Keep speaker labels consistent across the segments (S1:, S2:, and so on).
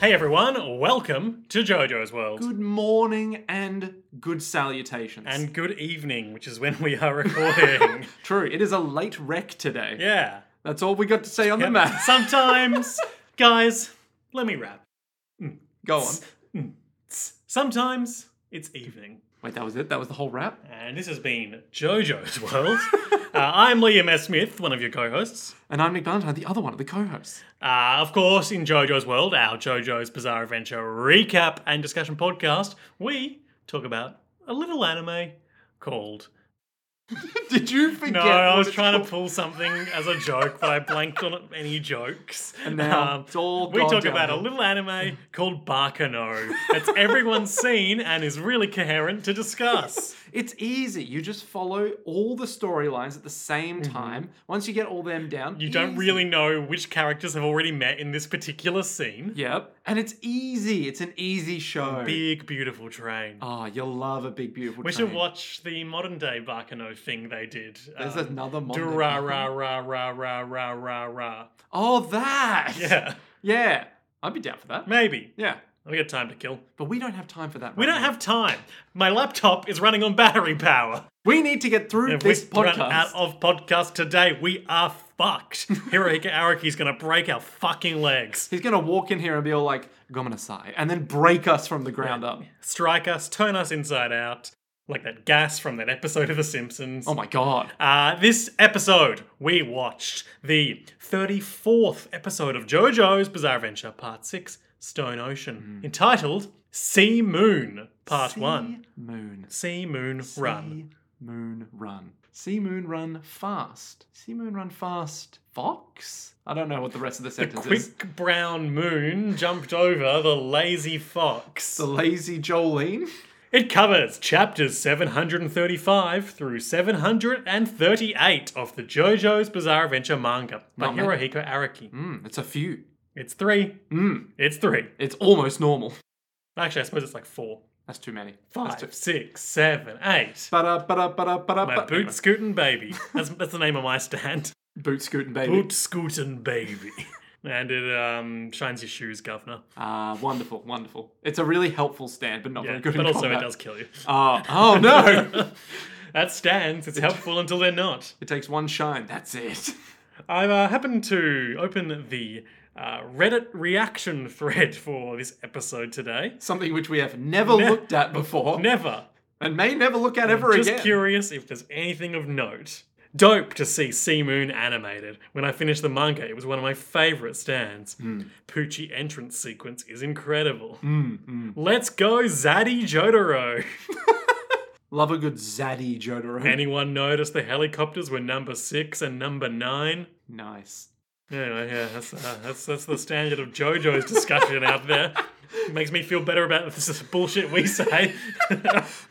S1: Hey everyone, welcome to JoJo's World.
S2: Good morning and good salutations.
S1: And good evening, which is when we are recording.
S2: true, it is a late wreck today.
S1: yeah.
S2: That's all we got to say on the
S1: Yep.
S2: mass.
S1: Sometimes, guys, let me wrap.
S2: Go on.
S1: Sometimes it's evening.
S2: Wait, that was it? That was the whole rap?
S1: And this has been JoJo's World. uh, I'm Liam S. Smith, one of your co hosts.
S2: And I'm Nick Valentine, the other one of the co-hosts.
S1: Uh, of course, in JoJo's World, our JoJo's Bizarre Adventure recap and discussion podcast, we talk about a little anime called
S2: Did you forget?
S1: No, I
S2: what
S1: was
S2: it's
S1: trying
S2: called?
S1: to pull something as a joke, but I blanked on any jokes. Um,
S2: And now it's all
S1: we
S2: gone
S1: talk
S2: down
S1: about a
S2: here.
S1: little anime called Barkano. That's everyone's seen and is really coherent to discuss.
S2: It's easy. You just follow all the storylines at the same time. Once you get all them down,
S1: Mm-hmm. You don't
S2: easy.
S1: really know which characters have already met in this particular scene.
S2: Yep. And it's easy. It's an easy show.
S1: Big, beautiful train.
S2: Oh, you'll love a big beautiful.
S1: we should
S2: Train.
S1: watch the modern day Barkano thing they did.
S2: There's
S1: um,
S2: another
S1: do
S2: modern.
S1: ra ra ra ra ra ra ra ra.
S2: Oh, that.
S1: Yeah,
S2: Yeah. I'd be down for that.
S1: maybe.
S2: Yeah.
S1: We got time to kill.
S2: But we don't have time for that.
S1: We
S2: right
S1: don't
S2: now.
S1: have time. My laptop is running on battery power.
S2: We need to get through
S1: If
S2: this
S1: we
S2: podcast.
S1: run out of podcast today, we are fucked. Hirohiko Araki's gonna break our fucking legs,
S2: He's gonna walk in here and be all like, "Gomenasai," and then break us from the ground up.
S1: strike us, turn us inside out, like that gas from that episode of The Simpsons.
S2: Oh my god.
S1: Uh, this episode, we watched the 34th episode of JoJo's Bizarre Adventure Part 6 Stone Ocean, entitled Sea Moon Part
S2: Hmm. Sea
S1: 1.
S2: Moon.
S1: Sea Moon Run.
S2: Sea Moon run. Sea moon run fast. Sea moon run fast. Fox. I don't know what the rest of the
S1: The
S2: sentence is.
S1: quick brown moon jumped over the lazy fox.
S2: The lazy Jolene.
S1: It covers chapters 735 through 738 of the JoJo's Bizarre Adventure manga by
S2: Not many.
S1: Hirohiko Araki.
S2: Mm, it's a few.
S1: It's three.
S2: Mm,
S1: It's three.
S2: it's almost normal.
S1: Actually, I suppose it's like four.
S2: That's too many. That's too-
S1: Five, six, seven, eight.
S2: Ba-da, ba-da, ba-da, ba-da,
S1: My
S2: ba-
S1: boot scootin' baby. That's, that's the name of my stand.
S2: Boot scooting baby.
S1: Boot scootin' baby. And it um, shines your shoes, governor.
S2: Ah, wonderful, wonderful. It's a really helpful stand, but not
S1: Yeah,
S2: very good.
S1: but
S2: in
S1: also
S2: combat.
S1: it does kill you.
S2: Oh, oh no!
S1: that stands. It's helpful until they're not.
S2: it takes one shine. That's it.
S1: I've uh, happened to open the uh, Reddit reaction thread for this episode today.
S2: Something which we have never
S1: Ne-
S2: looked at before
S1: Never.
S2: and may never look at ever
S1: Just
S2: again.
S1: curious if there's anything of note. Dope to see Sea Moon animated. When I finished the manga, it was one of my favourite stands.
S2: Hmm.
S1: Poochie entrance sequence is incredible.
S2: Mm, mm.
S1: Let's go, Zaddy Jotaro!
S2: Love a good zaddy Jotaro.
S1: Anyone notice the helicopters were number six and number nine?
S2: nice.
S1: Anyway, yeah, that's, uh, that's that's the standard of JoJo's discussion out there. Makes me feel better about this is bullshit we say.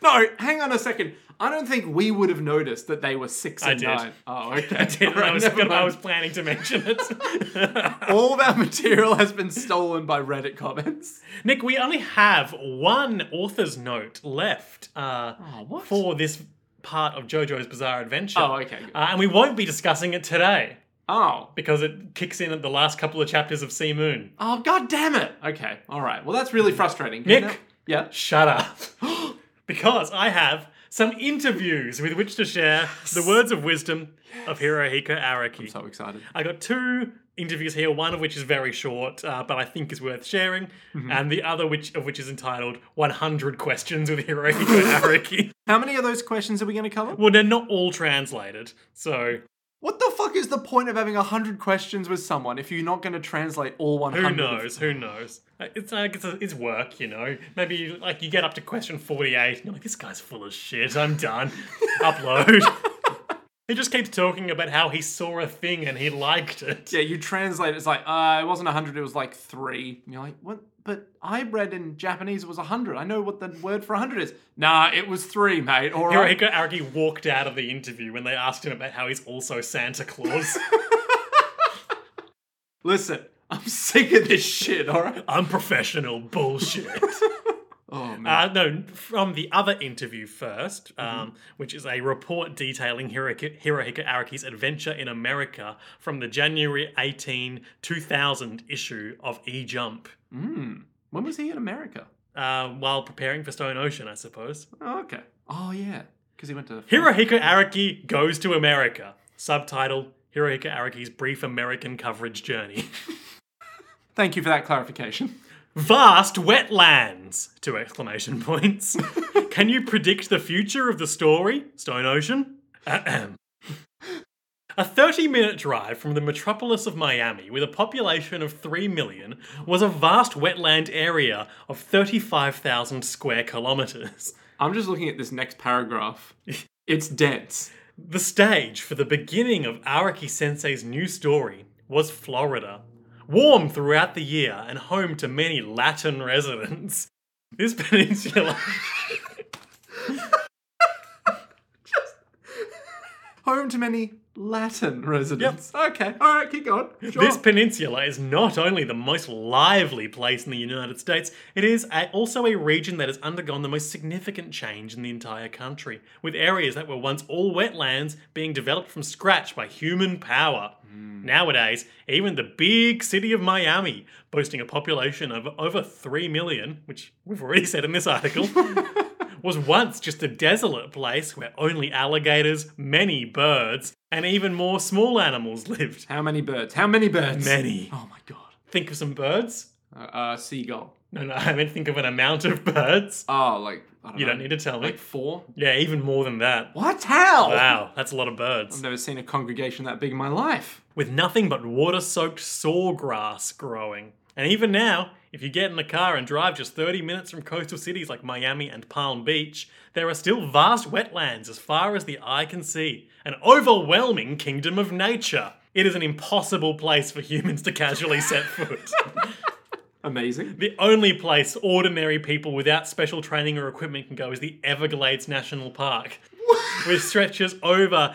S2: No, hang on a second. I don't think we would have noticed that they were six
S1: I
S2: and
S1: did.
S2: nine. Oh, okay.
S1: I, did,
S2: Alright,
S1: I, was
S2: never
S1: gonna- I
S2: mind.
S1: was planning to mention it.
S2: All of our material has been stolen by Reddit comments.
S1: Nick, we only have one author's note left uh,
S2: Oh, what?
S1: for this part of JoJo's Bizarre Adventure.
S2: Oh, okay. Good.
S1: Uh, and we won't be discussing it today
S2: Oh.
S1: because it kicks in at the last couple of chapters of Sea Moon.
S2: Oh, god damn it. Okay. All right. Well, that's really frustrating.
S1: Nick?
S2: Now- Yeah.
S1: Shut up. because I have some interviews with which to share the words of wisdom of Hirohiko Araki.
S2: So excited.
S1: I got two interviews here, one of which is very short, uh, but I think is worth sharing, and the other which of which is entitled 100 Questions with Hirohiko Araki.
S2: How many of those questions are we going to cover?
S1: Well, they're not all translated, so
S2: What the fuck is the point of having 100 questions with someone if you're not going to translate all 100?
S1: who knows? Who knows? Uh, It's like it's, it's work, you know. Maybe like you get up to question 48, and you're like, this guy's full of shit. I'm done. Upload. He just keeps talking about how he saw a thing and he liked it.
S2: Yeah, you translate it's like, uh, it wasn't 100, it was like 3. And you're like, what? But I read in Japanese it was 100. I know what the word for 100 is. Nah, it was 3, mate. All right.
S1: Hirohiko Araki walked out of the interview when they asked him about how he's also Santa Claus.
S2: Listen, I'm sick of this shit, all right?
S1: Unprofessional bullshit.
S2: Oh man.
S1: Uh, no, from the other interview first, um, which is a report detailing Hiroki, Hirohiko Araki's adventure in America from the January 18, 2000 issue of E Jump
S2: Mm. When was he in America?
S1: uh, while preparing for Stone Ocean, I suppose.
S2: Oh, okay. Oh yeah, because he went to
S1: Hirohiko Araki goes to America. Subtitle Hirohiko Araki's brief American coverage journey.
S2: Thank you for that clarification.
S1: Vast wetlands! Two exclamation points. Can you predict the future of the story? Stone Ocean? Ahem. A 30 minute drive from the metropolis of Miami, with a population of 3 million, was a vast wetland area of 35,000 square kilometres.
S2: I'm just looking at this next paragraph. It's dense.
S1: The stage for the beginning of Araki Sensei's new story was Florida, warm throughout the year and home to many Latin residents. This peninsula.
S2: Home to many Latin residents. Okay. All right. Keep going. Sure.
S1: This peninsula is not only the most lively place in the United States, it is a, also a region that has undergone the most significant change in the entire country, with areas that were once all wetlands being developed from scratch by human power. Nowadays, even the big city of Miami, boasting a population of over 3 million, which we've already said in this article, was once just a desolate place where only alligators, many birds, and even more small animals lived.
S2: How many birds? How many birds?
S1: Many.
S2: Oh my god.
S1: Think of some birds.
S2: Uh, uh, seagull.
S1: No, no, I meant think of an amount of birds.
S2: Oh, like I don't
S1: You
S2: know,
S1: don't need to tell me.
S2: like four.
S1: yeah, even more than that.
S2: What? How?
S1: Wow, that's a lot of birds.
S2: I've never seen a congregation that big in my life.
S1: With nothing but water soaked sawgrass growing. And even now, if you get in a car and drive just 30 minutes from coastal cities like Miami and Palm Beach, there are still vast wetlands as far as the eye can see. An overwhelming kingdom of nature. It is an impossible place for humans to casually set foot.
S2: Amazing.
S1: The only place ordinary people without special training or equipment can go is the Everglades National Park, which stretches over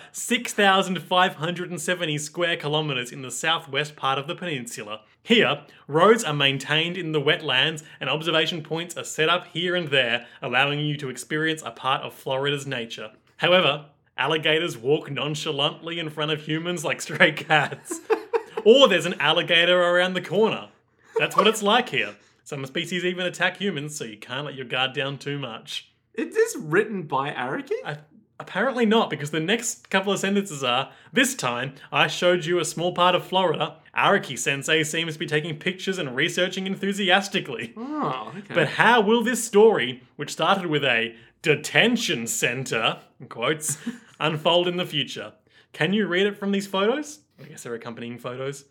S1: 6,570 square kilometres in the southwest part of the peninsula. Here, roads are maintained in the wetlands and observation points are set up here and there, allowing you to experience a part of Florida's nature. However, alligators walk nonchalantly in front of humans like stray cats. or there's an alligator around the corner. That's what it's like here. Some species even attack humans, so you can't let your guard down too much.
S2: Is this written by Araki?
S1: Uh, apparently not, because the next couple of sentences are This time, I showed you a small part of Florida. Araki sensei seems to be taking pictures and researching enthusiastically.
S2: Oh, okay.
S1: But how will this story, which started with a detention center, in quotes, unfold in the future? Can you read it from these photos? I guess they're accompanying photos.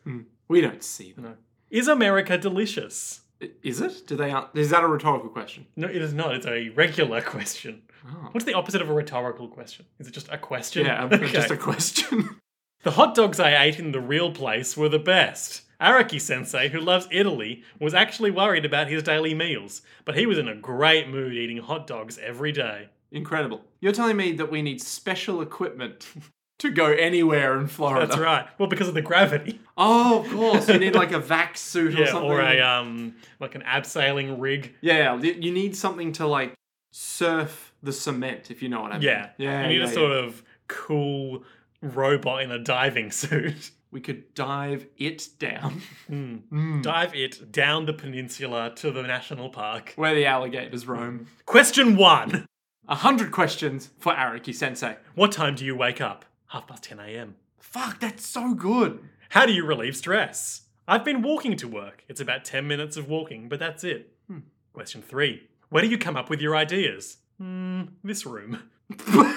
S2: we don't see them.
S1: Is America delicious?
S2: I- Is it? Do they? an- Is that a rhetorical question?
S1: No, it is not. It's a regular question.
S2: Oh.
S1: What's the opposite of a rhetorical question? Is it just a question?
S2: Yeah, um,
S1: Okay.
S2: just a question.
S1: The hot dogs I ate in the real place were the best. Araki sensei, who loves Italy, was actually worried about his daily meals, but he was in a great mood eating hot dogs every day.
S2: Incredible. You're telling me that we need special equipment to go anywhere in Florida.
S1: That's right. Well, because of the gravity.
S2: Oh, of course. You need like a vac suit or
S1: Yeah,
S2: something.
S1: or a um like an abseiling rig.
S2: yeah, y- you need something to like surf the cement, if you know what I mean.
S1: Yeah.
S2: Um, Yeah.
S1: You need
S2: yeah,
S1: a
S2: yeah.
S1: sort of cool robot in a diving suit.
S2: We could dive it down
S1: Hmm.
S2: Mm.
S1: Dive it down the peninsula to the national park.
S2: where the alligators roam.
S1: Question one.
S2: A hundred questions for Araki Sensei.
S1: What time do you wake up? Half past 10 a.m.
S2: Fuck, that's so good.
S1: How do you relieve stress? I've been walking to work. It's about 10 minutes of walking, but that's it.
S2: Hmm.
S1: Question three. Where do you come up with your ideas? Hmm, this room.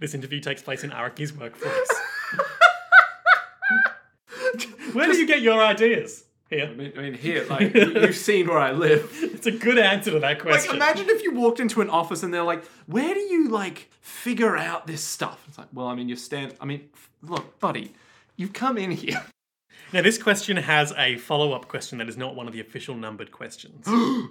S1: This interview takes place in Araki's workforce. Where do you get your ideas?
S2: I
S1: Here.
S2: mean, I mean here, like, you- you've seen where I live.
S1: It's a good answer to that
S2: Like,
S1: question.
S2: imagine if you walked into an office and they're like, where do you, like, figure out this stuff? It's like, well, I mean, you stand, I mean, f- look, buddy, you've come in here.
S1: now, this question has a follow up question that is not one of the official numbered questions.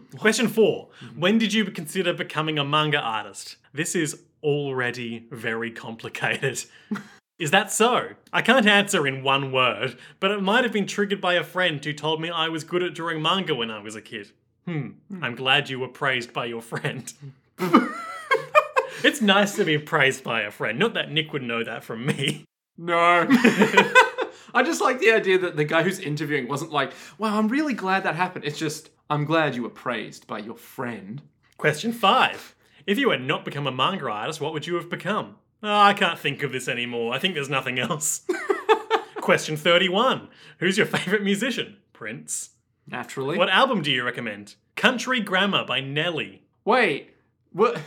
S1: question 4 When did you consider becoming a manga artist? This is already very complicated. Is that so? I can't answer in one word, but it might have been triggered by a friend who told me I was good at drawing manga when I was a kid. Hmm. I'm glad you were praised by your friend. it's nice to be praised by a friend. Not that Nick would know that from me.
S2: No. I just like the idea that the guy who's interviewing wasn't like, wow, I'm really glad that happened. It's just, I'm glad you were praised by your friend.
S1: Question five. If you had not become a manga artist, what would you have become? Oh, I can't think of this anymore. I think there's nothing else. Question 31. Who's your favorite musician? Prince.
S2: Naturally.
S1: What album do you recommend? Country Grammar by Nelly.
S2: Wait, what?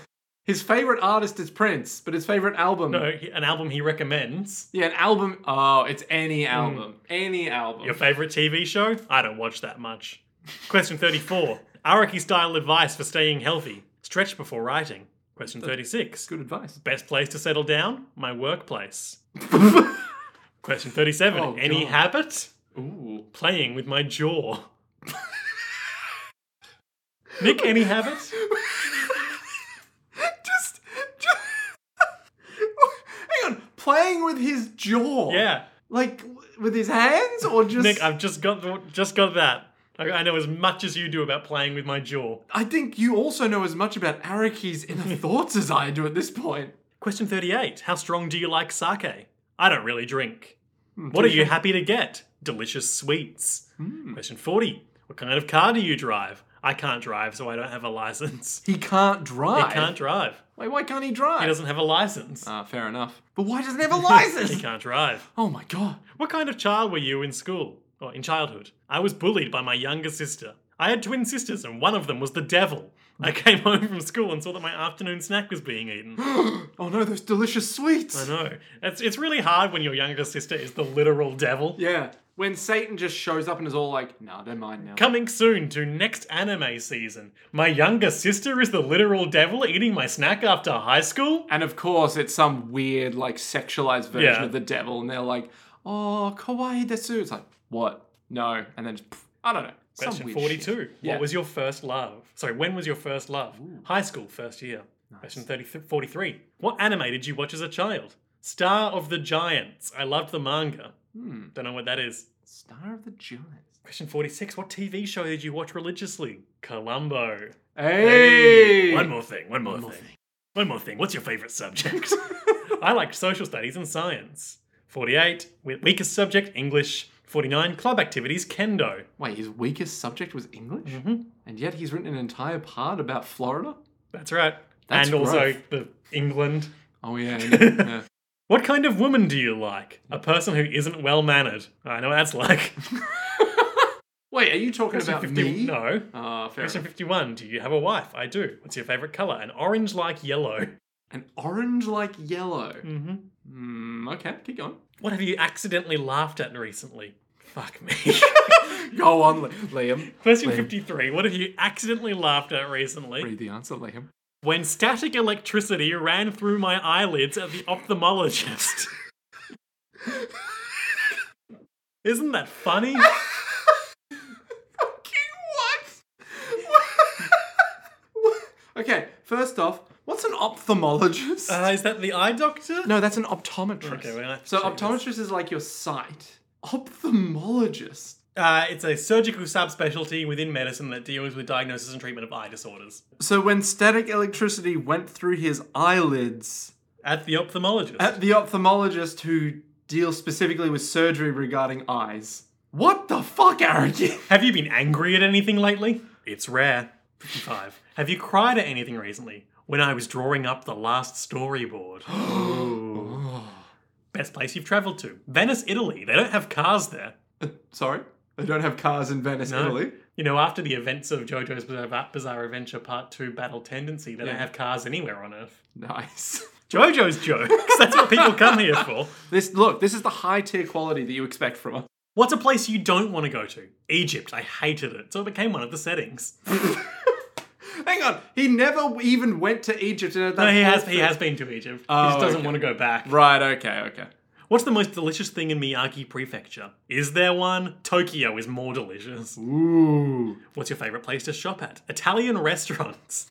S2: His favorite artist is Prince, but his favorite album.
S1: No, Uh, he- an album he recommends.
S2: Yeah, an album. Oh, it's any album. Any album.
S1: Hmm. Your favorite TV show? I don't watch that much. Question 34. Araki style advice for staying healthy. Stretch before writing. Question 36.
S2: Good advice.
S1: Best place to settle down? My workplace. Question 37.
S2: Oh,
S1: Any
S2: God.
S1: habit?
S2: Ooh.
S1: Playing with my jaw. Nick, any habit?
S2: just, just. Hang on. Playing with his jaw.
S1: Yeah.
S2: Like with his hands or just.
S1: Nick, I've just got the, just got that. I, I know as much as you do about playing with my jaw.
S2: I think you also know as much about Araki's inner thoughts as I do at this point.
S1: Question 38. How strong do you like sake? I don't really drink.
S2: Hmm,
S1: What are you happy to get? Delicious sweets.
S2: Hmm.
S1: Question 40. What kind of car do you drive? I can't drive, so I don't have a license.
S2: He can't
S1: He
S2: drive.
S1: can't drive.
S2: Wait, why can't he drive?
S1: He doesn't have a license.
S2: Ah, fair enough. But why doesn't he have a
S1: He
S2: license?
S1: can't drive.
S2: oh my god.
S1: What kind of child were you in school? Or in childhood? I was bullied by my younger sister. I had twin sisters, and one of them was the devil.
S2: Mm.
S1: I came home from school and saw that my afternoon snack was being eaten.
S2: Oh no, those delicious
S1: I
S2: sweets.
S1: know. It's, it's really hard when your younger sister is the literal devil.
S2: Yeah. When Satan just shows up and is all like, nah, don't mind now.
S1: Coming soon to next anime season. My younger sister is the literal devil eating my snack after high school?
S2: And of course, it's some weird, like, sexualized version
S1: Yeah.
S2: of the devil, and they're like, oh, kawaii desu. It's like, what? No. And then just, pff, I don't know. Some
S1: Question
S2: weird shit.
S1: 42. What
S2: Yeah.
S1: was your first love? Sorry, when was your first love? High school, first year. Question 30, 43. What anime did you watch as a child? Star of the Giants. I loved the manga.
S2: Hmm.
S1: Don't know what that is.
S2: Star of the Giants.
S1: Question 46. What TV show did you watch religiously? Columbo.
S2: Hey!
S1: One more thing, one more, thing. One more thing. What's your favourite subject? I liked social studies and science. 48, we- weakest subject, English. 49, club activities, kendo.
S2: Wait, his weakest subject was English?
S1: Mhm.
S2: And yet he's written an entire part about Florida?
S1: That's right.
S2: That's
S1: and also
S2: rough.
S1: the England.
S2: Oh, yeah. yeah, yeah.
S1: What kind of woman do you like? A person who isn't well mannered. I know what that's like.
S2: Wait, are you talking
S1: Question
S2: about me?
S1: No.
S2: Ah, fair
S1: Question
S2: enough.
S1: 51, do you have a wife? I do. What's your favourite colour? An orange like yellow.
S2: An orange like yellow.
S1: hmm
S2: Hmm, okay, keep going.
S1: What have you accidentally laughed at recently? Fuck me.
S2: Go on, Li- Liam.
S1: Question
S2: Liam.
S1: 53. What have you accidentally laughed at recently?
S2: Read the answer, Liam.
S1: When static electricity ran through my eyelids at the ophthalmologist. Isn't that funny?
S2: Fucking what? okay, first off, what's an ophthalmologist?
S1: Uh, is that the eye doctor?
S2: no, that's an optometrist.
S1: Okay, we're gonna have to
S2: so
S1: check this.
S2: optometrist is like your sight. Ophthalmologist.
S1: Uh, it's a surgical subspecialty within medicine that deals with diagnosis and treatment of eye disorders.
S2: So when static electricity went through his eyelids,
S1: At the ophthalmologist.
S2: at the ophthalmologist who deals specifically with surgery regarding eyes. What the fuck, Aragon?
S1: have you been angry at anything lately? It's rare. 55. Have you cried at anything recently? When I was drawing up the last storyboard. Best place you've travelled to? Venice, Italy. They don't have cars there.
S2: Sorry, they don't have cars in Venice,
S1: No.
S2: Italy.
S1: You know, after the events of JoJo's Bizarre, Bizarre Adventure Part 2 Battle Tendency, they don't
S2: Yeah.
S1: have cars anywhere on Earth.
S2: Nice.
S1: JoJo's jokes. That's what people come here for.
S2: This look, this is the high tier quality that you expect from us.
S1: What's a place you don't want to go to? Egypt. I hated it, so it became one of the settings.
S2: Hang on, he never even went to Egypt. And
S1: No, he has he has been to Egypt. he just
S2: Oh,
S1: doesn't
S2: okay.
S1: want to go back.
S2: Right. Okay. Okay.
S1: What's the most delicious thing in Miyagi Prefecture? Is there one? Tokyo is more delicious.
S2: Ooh,
S1: What's your favorite place to shop at? Italian restaurants.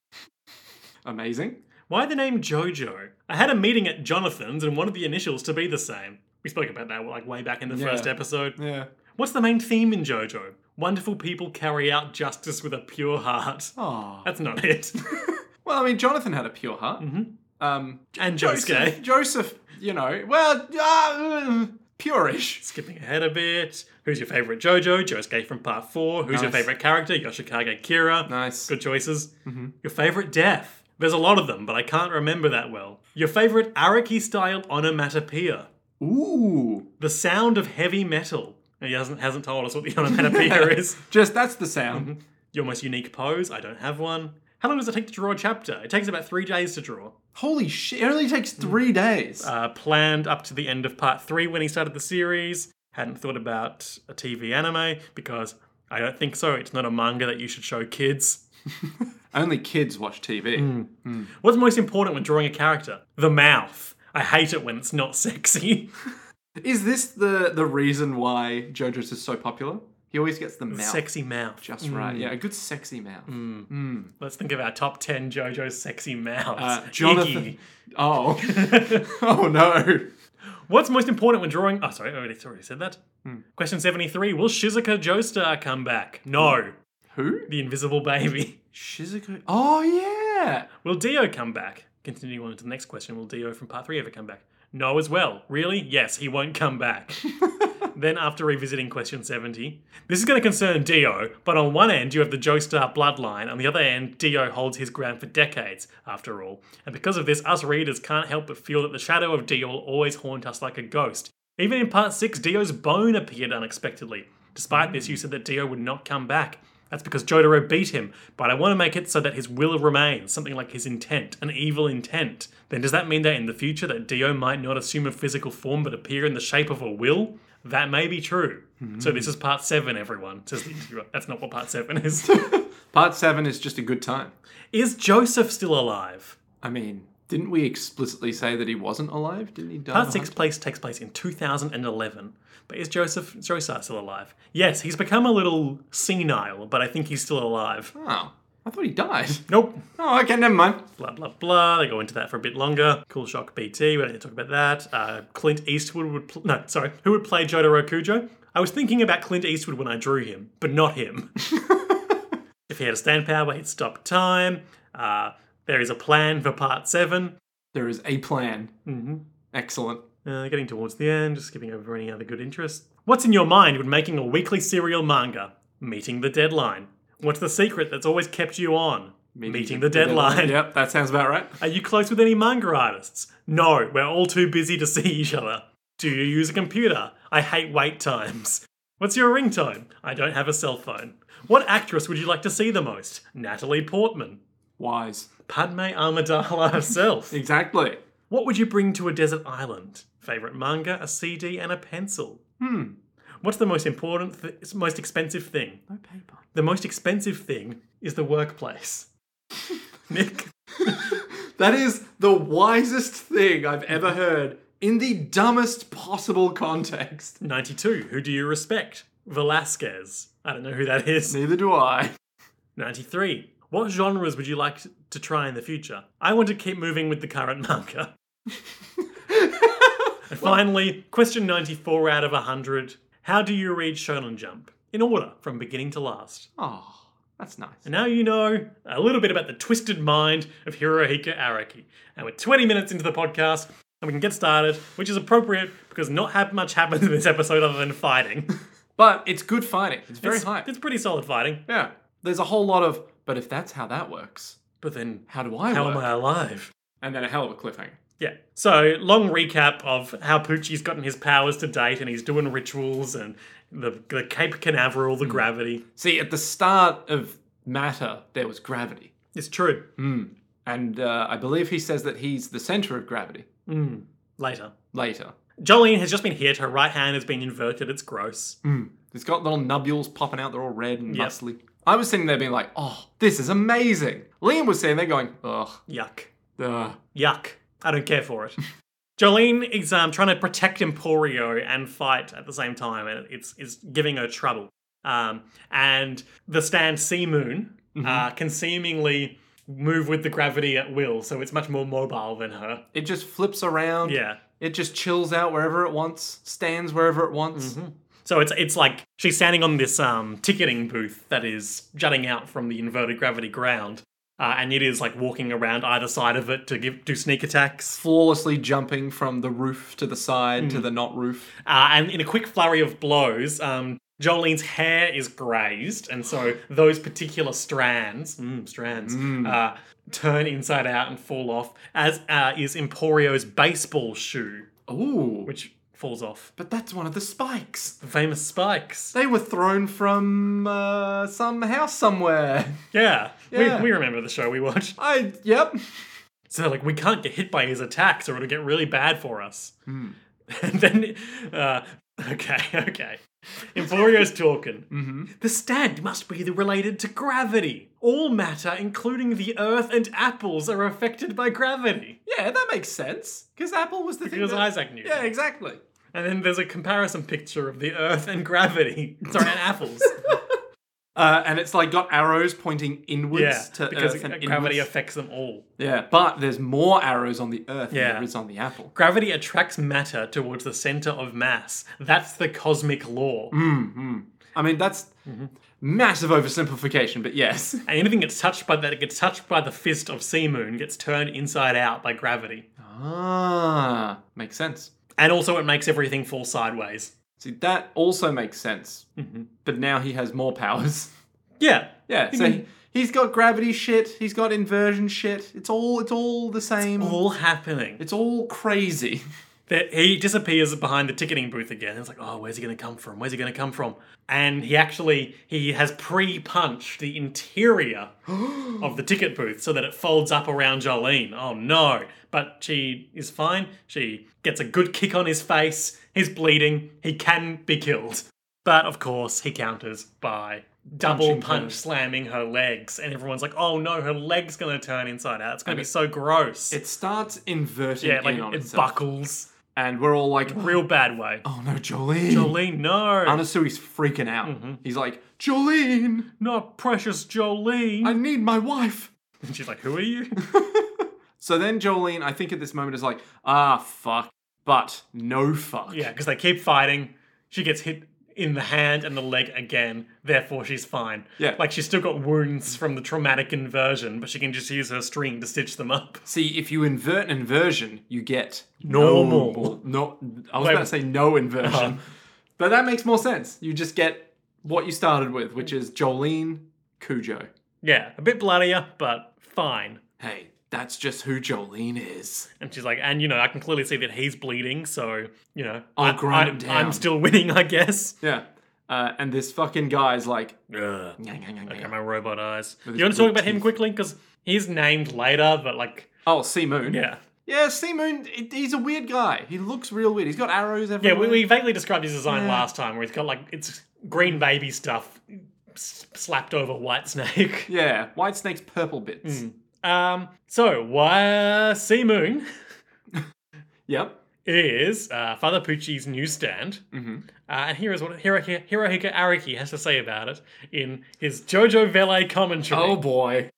S2: amazing.
S1: Why the name JoJo? I had a meeting at Jonathan's and wanted the initials to be the same. We spoke about that like way back in the
S2: Yeah.
S1: first episode.
S2: Yeah.
S1: What's the main theme in JoJo? Wonderful people carry out justice with a pure heart.
S2: Oh.
S1: That's not it.
S2: Well, I mean, Jonathan had a pure heart.
S1: Mm-hmm.
S2: Um,
S1: and
S2: Joseph,
S1: Josuke.
S2: Joseph, you know, well, uh, purish.
S1: Skipping ahead a bit. Who's your favourite JoJo? Josuke from part four. Who's your
S2: Nice.
S1: favourite character? Yoshikage Kira.
S2: Nice.
S1: Good choices. Your favourite death. There's a lot of them, but I can't remember that well. Your favourite Araki style onomatopoeia.
S2: Ooh.
S1: The sound of heavy metal. And he hasn't, hasn't told us what the onomatopoeia is. Mm-hmm.
S2: Just that's the sound.
S1: Your most unique pose. I don't have one. How long does it take to draw a chapter? It takes about three days to draw.
S2: Holy shit! It only takes three days.
S1: uh, planned up to the end of part three when he started the series. Hadn't thought about a TV anime because I don't think so. It's not a manga that you should show kids.
S2: only kids watch
S1: Mm.
S2: TV.
S1: What's most important when drawing a character? The mouth. I hate it when it's not sexy.
S2: Is this the the reason why JoJo's is so popular? He always gets the mouth
S1: Sexy mouth.
S2: just right.
S1: Mm.
S2: Yeah, a good sexy mouth.
S1: Let's think of our top 10 JoJo's sexy mouths.
S2: Uh,
S1: Iggy.
S2: Jonathan. Oh. oh no.
S1: What's most important when drawing. Oh, sorry, I already, already said that.
S2: Hmm.
S1: Question 73 Will Shizuka Joestar come back?
S2: Hmm.
S1: No.
S2: Who?
S1: The invisible baby.
S2: Shizuku. Oh yeah.
S1: Will Dio come back? Continuing on to the next question, will Dio from part three ever come back? No, as well. Really? Yes, he won't come back. then, after revisiting question 70, this is going to concern Dio, but on one end you have the Joestar bloodline, on the other end, Dio holds his ground for decades, after all. And because of this, us readers can't help but feel that the shadow of Dio will always haunt us like a ghost. Even in part 6, Dio's bone appeared unexpectedly. Despite this, you said that Dio would not come back. That's because Jotaro beat him, but I want to make it so that his will remains, something like his intent, an evil intent. Then does that mean that in the future that Dio might not assume a physical form but appear in the shape of a will? That may be true. So this is part seven, everyone. Says the interviewer. That's not what part seven is.
S2: Part seven is just a good time.
S1: is Joseph still alive?
S2: I mean, didn't we explicitly say that he wasn't alive? Didn't he die?
S1: Part
S2: of
S1: six
S2: a
S1: place takes place in 2011. But is Joseph Joestar still alive? Yes, he's become a little senile, but I think he's still alive.
S2: heart- Oh, I thought he died.
S1: Nope.
S2: Oh, okay, never mind.
S1: blah blah blah. They go into that for a bit longer. Cool Shock BT. We don't need to talk about that. Uh, Clint Eastwood would pl- no, sorry, who would play Jotaro Kujo? I was thinking about Clint Eastwood when I drew him, but not him. if he had a stand power, he'd stop time. Uh, there is a plan for part seven.
S2: There is a plan.
S1: Mhm.
S2: Excellent.
S1: Uh, getting towards the end, just skipping over any other good interest. What's in your mind when making a weekly serial manga? Meeting the deadline. What's the secret that's always kept you on? Meeting, the, deadline.
S2: Yep, that sounds about right.
S1: Are you close with any manga artists? No, we're all too busy to see each other. Do you use a computer? I hate wait times. What's your ringtone? I don't have a cell phone. What actress would you like to see the most? Natalie Portman.
S2: Wise.
S1: Padme Amidala herself.
S2: Exactly.
S1: what would you bring to a desert island? Favorite manga, a CD, and a pencil.
S2: Hmm.
S1: What's the most important, th- most expensive thing?
S2: No paper.
S1: The most expensive thing is the workplace. Nick.
S2: That is the wisest thing I've ever heard in the dumbest possible context.
S1: 92. Who do you respect? Velasquez. I don't know who that is.
S2: Neither do I.
S1: 93. What genres would you like to try in the future? I want to keep moving with the current manga. and finally, question 94 out of 100. How do you read Shonen Jump? In order, from beginning to last.
S2: Oh, that's nice.
S1: And now you know a little bit about the twisted mind of Hirohiko Araki. And we're 20 minutes into the podcast, and we can get started, which is appropriate because not ha- much happens in this episode other than fighting.
S2: But it's good fighting. It's very
S1: it's,
S2: high.
S1: It's pretty solid fighting.
S2: yeah. There's a whole lot of, but if that's how that works,
S1: But then,
S2: how do I
S1: how
S2: work?
S1: am I alive?
S2: And then a hell of a cliffhanger.
S1: Yeah. So, long recap of how Poochie's gotten his powers to date, and he's doing rituals and the the Cape Canaveral, the gravity.
S2: See, at the start of Matter, there was gravity.
S1: It's true.
S2: And uh, I believe he says that he's the center of gravity
S1: Later,
S2: later.
S1: Jolene has just been hit. Her right hand has been inverted. It's gross.
S2: It's got little nubules popping out. They're all red and
S1: Yep.
S2: muscly. I was sitting there being like, oh, this is amazing. Liam was sitting there going, ugh,
S1: Yuck.
S2: ugh.
S1: Yuck. I don't care for it. Jolene is um, trying to protect Emporio and fight at the same time, and it's, it's giving her trouble. Um, and the stand Sea Moon uh, can seemingly move with the gravity at will, so it's much more mobile than her.
S2: It just flips around.
S1: Yeah. Mm-hmm.
S2: It just chills out wherever it wants, stands wherever it wants.
S1: So it's it's like she's standing on this um, ticketing booth that is jutting out from the inverted gravity ground, uh, and it is like walking around either side of it to give do sneak attacks.
S2: Flawlessly jumping from the roof to the side
S1: Mm.
S2: to the not roof.
S1: Uh, and in a quick flurry of blows, um, Jolene's hair is grazed, and so those particular strands, mm, strands, uh, turn inside out and fall off. As uh, is Emporio's baseball shoe,
S2: Ooh.
S1: which falls off.
S2: but that's one of the spikes.
S1: The famous spikes.
S2: They were thrown from uh, some house somewhere.
S1: Yeah,
S2: Yeah.
S1: We, we remember the show we watched.
S2: I, yep.
S1: So they're like, we can't get hit by his attacks or it'll get really bad for us.
S2: Hmm.
S1: And then, uh, okay, okay. Emporio's talking.
S2: Mm-hmm.
S1: The stand must be the related to gravity. All matter, including the earth and apples, are affected by gravity.
S2: Yeah, that makes sense. Because Apple was the thing.
S1: Because
S2: that-
S1: Isaac knew.
S2: Yeah, exactly.
S1: And then there's a comparison picture of the earth and gravity. Sorry, and apples.
S2: Uh, and it's like got arrows pointing inwards
S1: yeah,
S2: to
S1: because
S2: Earth and
S1: gravity
S2: inwards.
S1: affects them all.
S2: yeah, but there's more arrows on the Earth than
S1: Yeah.
S2: there is on the Apple.
S1: Gravity attracts matter towards the center of mass. That's the cosmic law.
S2: I mean, that's
S1: Mm-hmm.
S2: massive oversimplification, but yes.
S1: And anything that's touched by that gets touched by the fist of Sea Moon gets turned inside out by gravity.
S2: Ah, makes sense.
S1: And also it makes everything fall sideways.
S2: See, that also makes sense.
S1: Mm-hmm.
S2: But now he has more powers.
S1: Yeah.
S2: Yeah,
S1: Mm-hmm.
S2: so he- he's got gravity shit. He's got inversion shit. It's all it's all the same.
S1: All happening.
S2: It's all crazy.
S1: That he disappears behind the ticketing booth again. It's like, oh, where's he gonna come from? Where's he gonna come from? And he actually he has pre-punched the interior of the ticket booth so that it folds up around Jolene. Oh no. But she is fine. She gets a good kick on his face. He's bleeding. He can be killed. But of course, he counters by double
S2: Punching
S1: punch
S2: her.
S1: slamming her legs. And everyone's like, oh no, her leg's gonna turn inside out. It's gonna be so gross.
S2: It starts inverting
S1: yeah, like
S2: in on
S1: it
S2: itself.
S1: buckles.
S2: and we're all like,
S1: Real bad way.
S2: oh no, Jolene.
S1: Jolene, no.
S2: Anasui's freaking out.
S1: Mm-hmm.
S2: He's like, Jolene,
S1: Not precious Jolene.
S2: I need my wife.
S1: And she's like, who are you?
S2: So then Jolene, I think at this moment, is like, ah, fuck, but no fuck.
S1: yeah, because they keep fighting. She gets hit in the hand and the leg again. Therefore, she's fine.
S2: Yeah.
S1: Like, she's still got wounds from the traumatic inversion, but she can just use her string to stitch them up.
S2: See, if you invert an inversion, you get
S1: Normal.
S2: No, I was
S1: Wait. Uh-huh.
S2: about to say no inversion, but that makes more sense. You just get what you started with, which is Jolene Cujo.
S1: Yeah, a bit bloodier, but fine.
S2: Hey, that's just who Jolene is.
S1: And she's like, and you know, I can clearly see that he's bleeding, so, you know,
S2: I'll
S1: I,
S2: grind
S1: I-
S2: him down.
S1: I'm still winning, I guess.
S2: Yeah, uh, and this fucking guy's like,
S1: Ugh.
S2: "Nyah, nyah, nyah,
S1: Okay,
S2: nyah."
S1: my robot eyes. Do
S2: his
S1: you want to talk
S2: weak
S1: about him
S2: teeth.
S1: quickly? Because he's named later, but like,
S2: oh, Sea Moon.
S1: yeah.
S2: Yeah, Sea Moon, it- he's a weird guy. He looks real weird. He's got arrows
S1: Yeah,
S2: everywhere.
S1: we, we vaguely described his design last time, where he's got like it's green baby stuff s- slapped over white snake.
S2: Yeah, White Snake's purple bits.
S1: Um, so why Sea Moon
S2: Yep.
S1: is uh, Father Pucci's newsstand,
S2: Mm-hmm.
S1: uh, and here is what Hirohika, Hirohika Araki has to say about it in his JoJo Vele commentary.
S2: Oh, boy.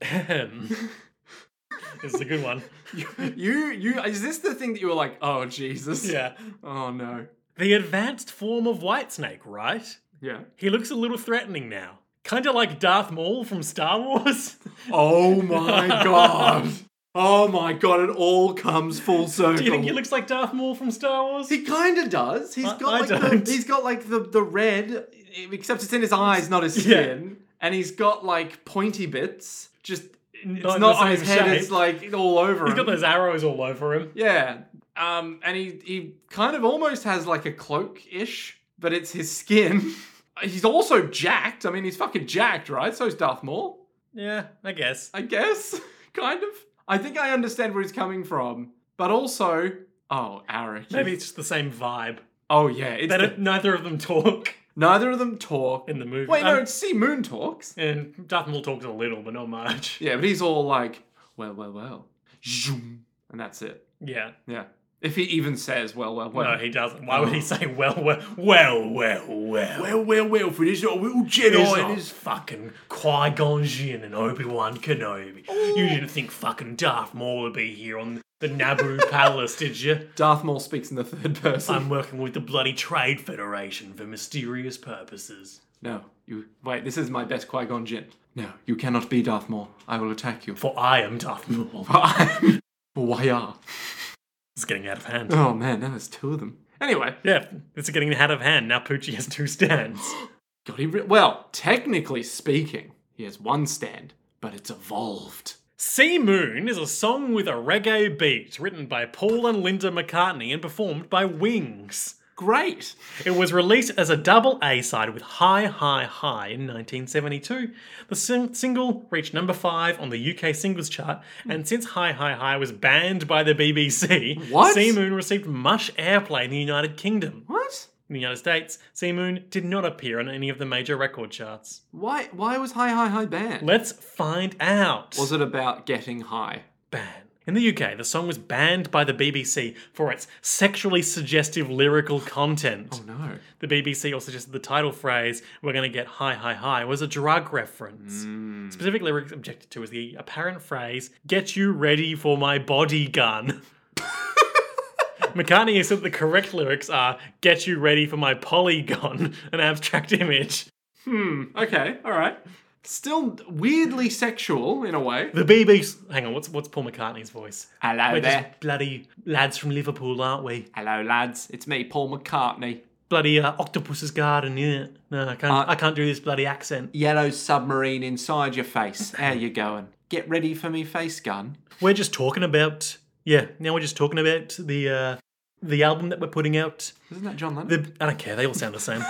S1: Ahem. this is a good one.
S2: you, you, is this the thing that you were like, oh, Jesus?
S1: Yeah,
S2: Oh, no.
S1: the advanced form of Whitesnake, right?
S2: Yeah.
S1: He looks a little threatening now. Kind of like Darth Maul from Star Wars.
S2: Oh, my God. Oh, my God. It all comes full circle.
S1: Do you think he looks like Darth Maul from Star Wars?
S2: He kind of does. He's
S1: I-
S2: got
S1: I
S2: like
S1: don't.
S2: the, he's got like the the red, except it's in his eyes, not his skin. And he's got like pointy bits. Just it's
S1: Not
S2: not,
S1: in the
S2: on his
S1: same
S2: head.
S1: shape.
S2: It's like all over
S1: He's
S2: him.
S1: got those arrows all over him.
S2: yeah. Um, and he he kind of almost has like a cloak ish, but it's his skin. he's also jacked. I mean, he's fucking jacked, right? So's Darth Maul,
S1: Yeah, I guess.
S2: I guess. kind of. I think I understand where he's coming from, but also, oh, Arik.
S1: Maybe it's just the same vibe.
S2: Oh yeah, it's
S1: They
S2: the-
S1: don't, neither of them talk
S2: Neither of them talk.
S1: in the movie.
S2: Wait, no,
S1: Um,
S2: it's Sea Moon talks.
S1: and Darth Maul talks a little, but not much.
S2: Yeah, but he's all like, well, well, well. Zoom. And that's it.
S1: Yeah.
S2: Yeah. If he even says, well, well, well.
S1: No, he doesn't. Why would he say, well, well, well, well, well?
S2: well, well, well, for this little Jedi
S1: It's not fucking Qui Gon Jinn and Obi Wan Kenobi. You didn't think fucking Darth Maul would be here on the Naboo Palace, did you?
S2: Darth Maul speaks in the third person.
S1: I'm working with the bloody Trade Federation for mysterious purposes.
S2: no, you. Wait, this is my best Qui Gon Jinn. No, you cannot be Darth Maul. I will attack you.
S1: For I am Darth Maul.
S2: Why are?
S1: It's getting out of hand.
S2: Oh man, now there's two of them. Anyway,
S1: Yeah, it's getting out of hand. Now Poochie has two stands.
S2: God, he re- well, technically speaking, he has one stand, but it's evolved.
S1: Sea Moon is a song with a reggae beat written by Paul and Linda McCartney and performed by Wings.
S2: Great.
S1: It was released as a double A side with High High High in 1972. The sing- single reached number 5 on the UK singles chart, and since High High High was banned by the BBC,
S2: What?
S1: Sea Moon received much airplay in the United Kingdom.
S2: What?
S1: In the United States, Sea Moon did not appear on any of the major record charts.
S2: Why? Why was High High High banned?
S1: Let's find out.
S2: was it about getting high?
S1: ban. In the UK, the song was banned by the BBC for its sexually suggestive lyrical content.
S2: Oh no.
S1: The BBC also suggested the title phrase, we're going to get high, high, high, was a drug reference. Specific lyrics objected to was the apparent phrase, get you ready for my body gun. McCartney has said the correct lyrics are, get you ready for my polygon, an abstract image.
S2: Hmm. Okay. All right. Still weirdly sexual in a way.
S1: The BBC. Hang on, what's, what's Paul McCartney's voice?
S2: Hello
S1: We're just bloody lads from Liverpool, aren't we?
S2: Hello, lads. It's me, Paul McCartney.
S1: bloody uh, octopus's garden, yeah. No, I can't.
S2: Uh,
S1: I can't do this bloody accent.
S2: Yellow submarine inside your face. How you going? Get ready for me face gun.
S1: We're just talking about. Yeah, now we're just talking about the uh, the album that we're putting out.
S2: Isn't that John Lennon?
S1: The I don't care. They all sound the same.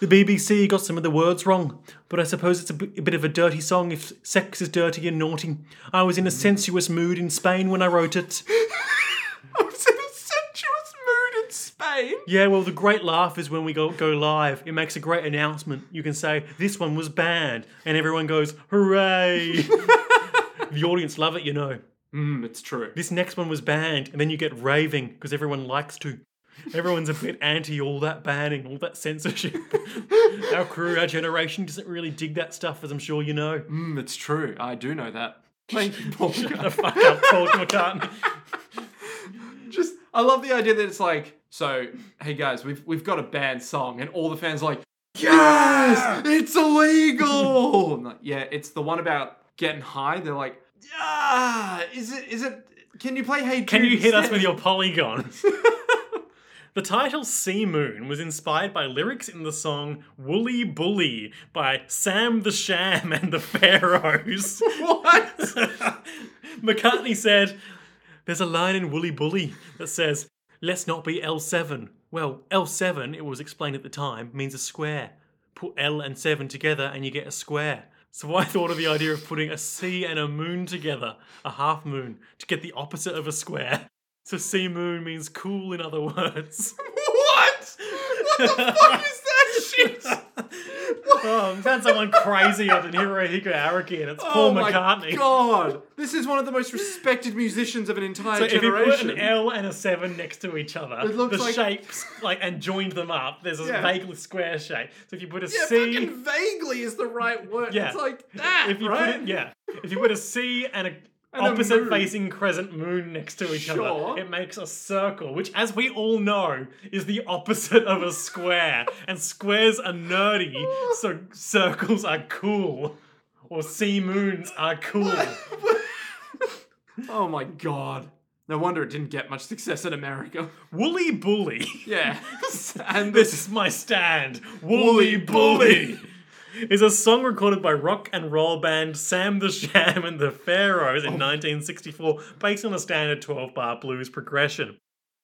S1: the BBC got some of the words wrong, but I suppose it's a bi- a bit of a dirty song. If sex is dirty and naughty, I was in a sensuous mood in Spain when I wrote it.
S2: I was in a sensuous mood in Spain.
S1: Yeah, well, the great laugh is when we go go live. It makes a great announcement. You can say this one was banned, and everyone goes hooray. the audience love it, you know.
S2: Mm, it's true.
S1: this next one was banned, and then you get raving because everyone likes to. Everyone's a bit anti all that banning, all that censorship. our crew, our generation doesn't really dig that stuff, as I'm sure you know.
S2: Mm, it's true. I do know that. Thank you, Paul.
S1: the fuck up, Paul McCartney.
S2: Just, I love the idea that it's like, so, hey guys, we've we've got a banned song, and all the fans are like, yes, it's illegal. I'm like, yeah, it's the one about getting high. They're like, yeah, is it? Is it? Can you play Hey Jude?
S1: Can you hit us
S2: instead?"
S1: with your polygon? The title Sea Moon was inspired by lyrics in the song Woolly Bully by Sam the Sham and the Pharaohs.
S2: What?
S1: McCartney said, There's a line in Woolly Bully that says, Let's not be L7. Well, L7, it was explained at the time, means a square. Put L and 7 together and you get a square. So I thought of the idea of putting a sea and a moon together, a half moon, to get the opposite of a square. So sea moon means cool in other words.
S2: what? What the fuck is that shit?
S1: oh, I found someone crazier than Hirohiko Araki and it's Paul
S2: oh
S1: McCartney.
S2: my god! This is one of the most respected musicians of an entire
S1: So if you put
S2: generation.
S1: an L and a seven next to each other,
S2: It looks
S1: the
S2: like-
S1: shapes like and joined them up, there's a
S2: Yeah.
S1: vaguely square shape. So if you put a
S2: yeah,
S1: C,
S2: fucking vaguely is the right word.
S1: Yeah.
S2: It's like that,
S1: if you
S2: right?
S1: put it, yeah, if you put a C and a
S2: And a
S1: opposite
S2: moon.
S1: facing crescent moon next to each
S2: Sure.
S1: other, it makes a circle, which, as we all know, is the opposite of a square. and squares are nerdy, so circles are cool, or sea moons are cool.
S2: oh my god. No wonder it didn't get much success in America.
S1: Woolly bully.
S2: Yeah. and
S1: This
S2: this
S1: is my stand, Wooly Bully, is a song recorded by rock and roll band Sam the Sham and the Pharaohs
S2: Oh.
S1: in 1964, based on a standard 12 bar blues progression.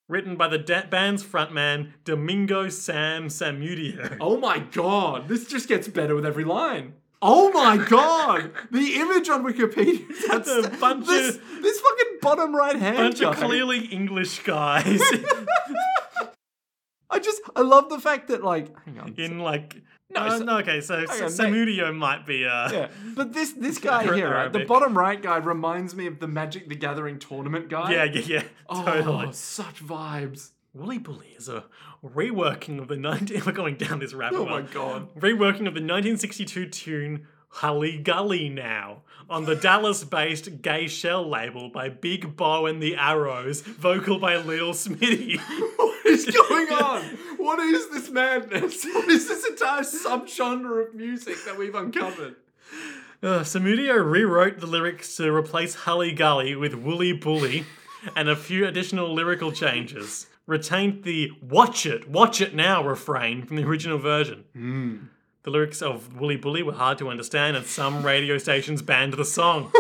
S1: Written by the da- band's frontman, Domingo Sam Samudio.
S2: Oh my god. This just gets better with every line. Oh my god! the image on Wikipedia. That's
S1: A bunch
S2: this,
S1: of-
S2: this fucking bottom right hand.
S1: bunch of
S2: guy.
S1: clearly English guys
S2: I just I love the fact that like hang on.
S1: in like
S2: No,
S1: Uh,
S2: so-
S1: no, okay, so
S2: hang
S1: okay,
S2: on,
S1: might be. Uh,
S2: yeah. But this this guy
S1: Ar-
S2: here, right, the
S1: Arabic.
S2: bottom right guy, reminds me of the Magic the Gathering tournament guy.
S1: yeah, yeah, yeah,
S2: Oh,
S1: totally.
S2: such vibes.
S1: Wooly Bully is a reworking of the 19. We're going down this rabbit
S2: Oh
S1: hole.
S2: my god.
S1: Reworking of the 1962 tune Hully Gully Now on the Dallas based Gay Shell label by Big Bo and the Arrows, vocal by Little Smitty.
S2: What is going on? What is this madness? What is this entire subgenre of music that we've uncovered?
S1: Uh, Samudio rewrote the lyrics to replace Hully Gully with Wooly Bully and a few additional lyrical changes. Retained the watch it, watch it now refrain from the original version. The lyrics of Wooly Bully were hard to understand and some radio stations banned the song.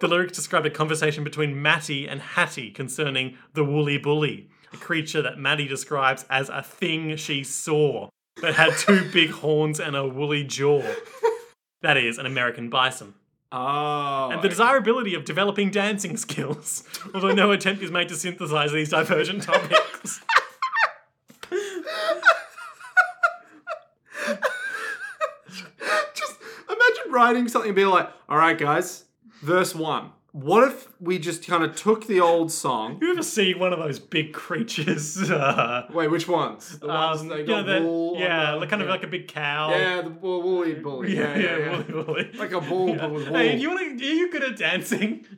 S1: the lyrics described a conversation between Matty and Hattie concerning the Wooly Bully, a creature that Matty describes as a thing she saw that had two big horns and a woolly jaw. That is, an American bison.
S2: Oh.
S1: And the desirability of developing dancing skills, although no attempt is made to synthesize these divergent topics.
S2: just imagine writing something and be like, all right, guys, verse one. What if we just kind of took the old song?
S1: You ever see one of those big creatures? Uh,
S2: Wait, which ones? The ones
S1: um,
S2: that
S1: you know,
S2: got
S1: the-
S2: wool on
S1: yeah,
S2: the-
S1: like kind of
S2: yeah.
S1: like a big cow.
S2: yeah, the wo- woolly bully.
S1: yeah, yeah, woolly, woolly.
S2: Like a bull, but with wool.
S1: Hey, you wanna, are you good at dancing?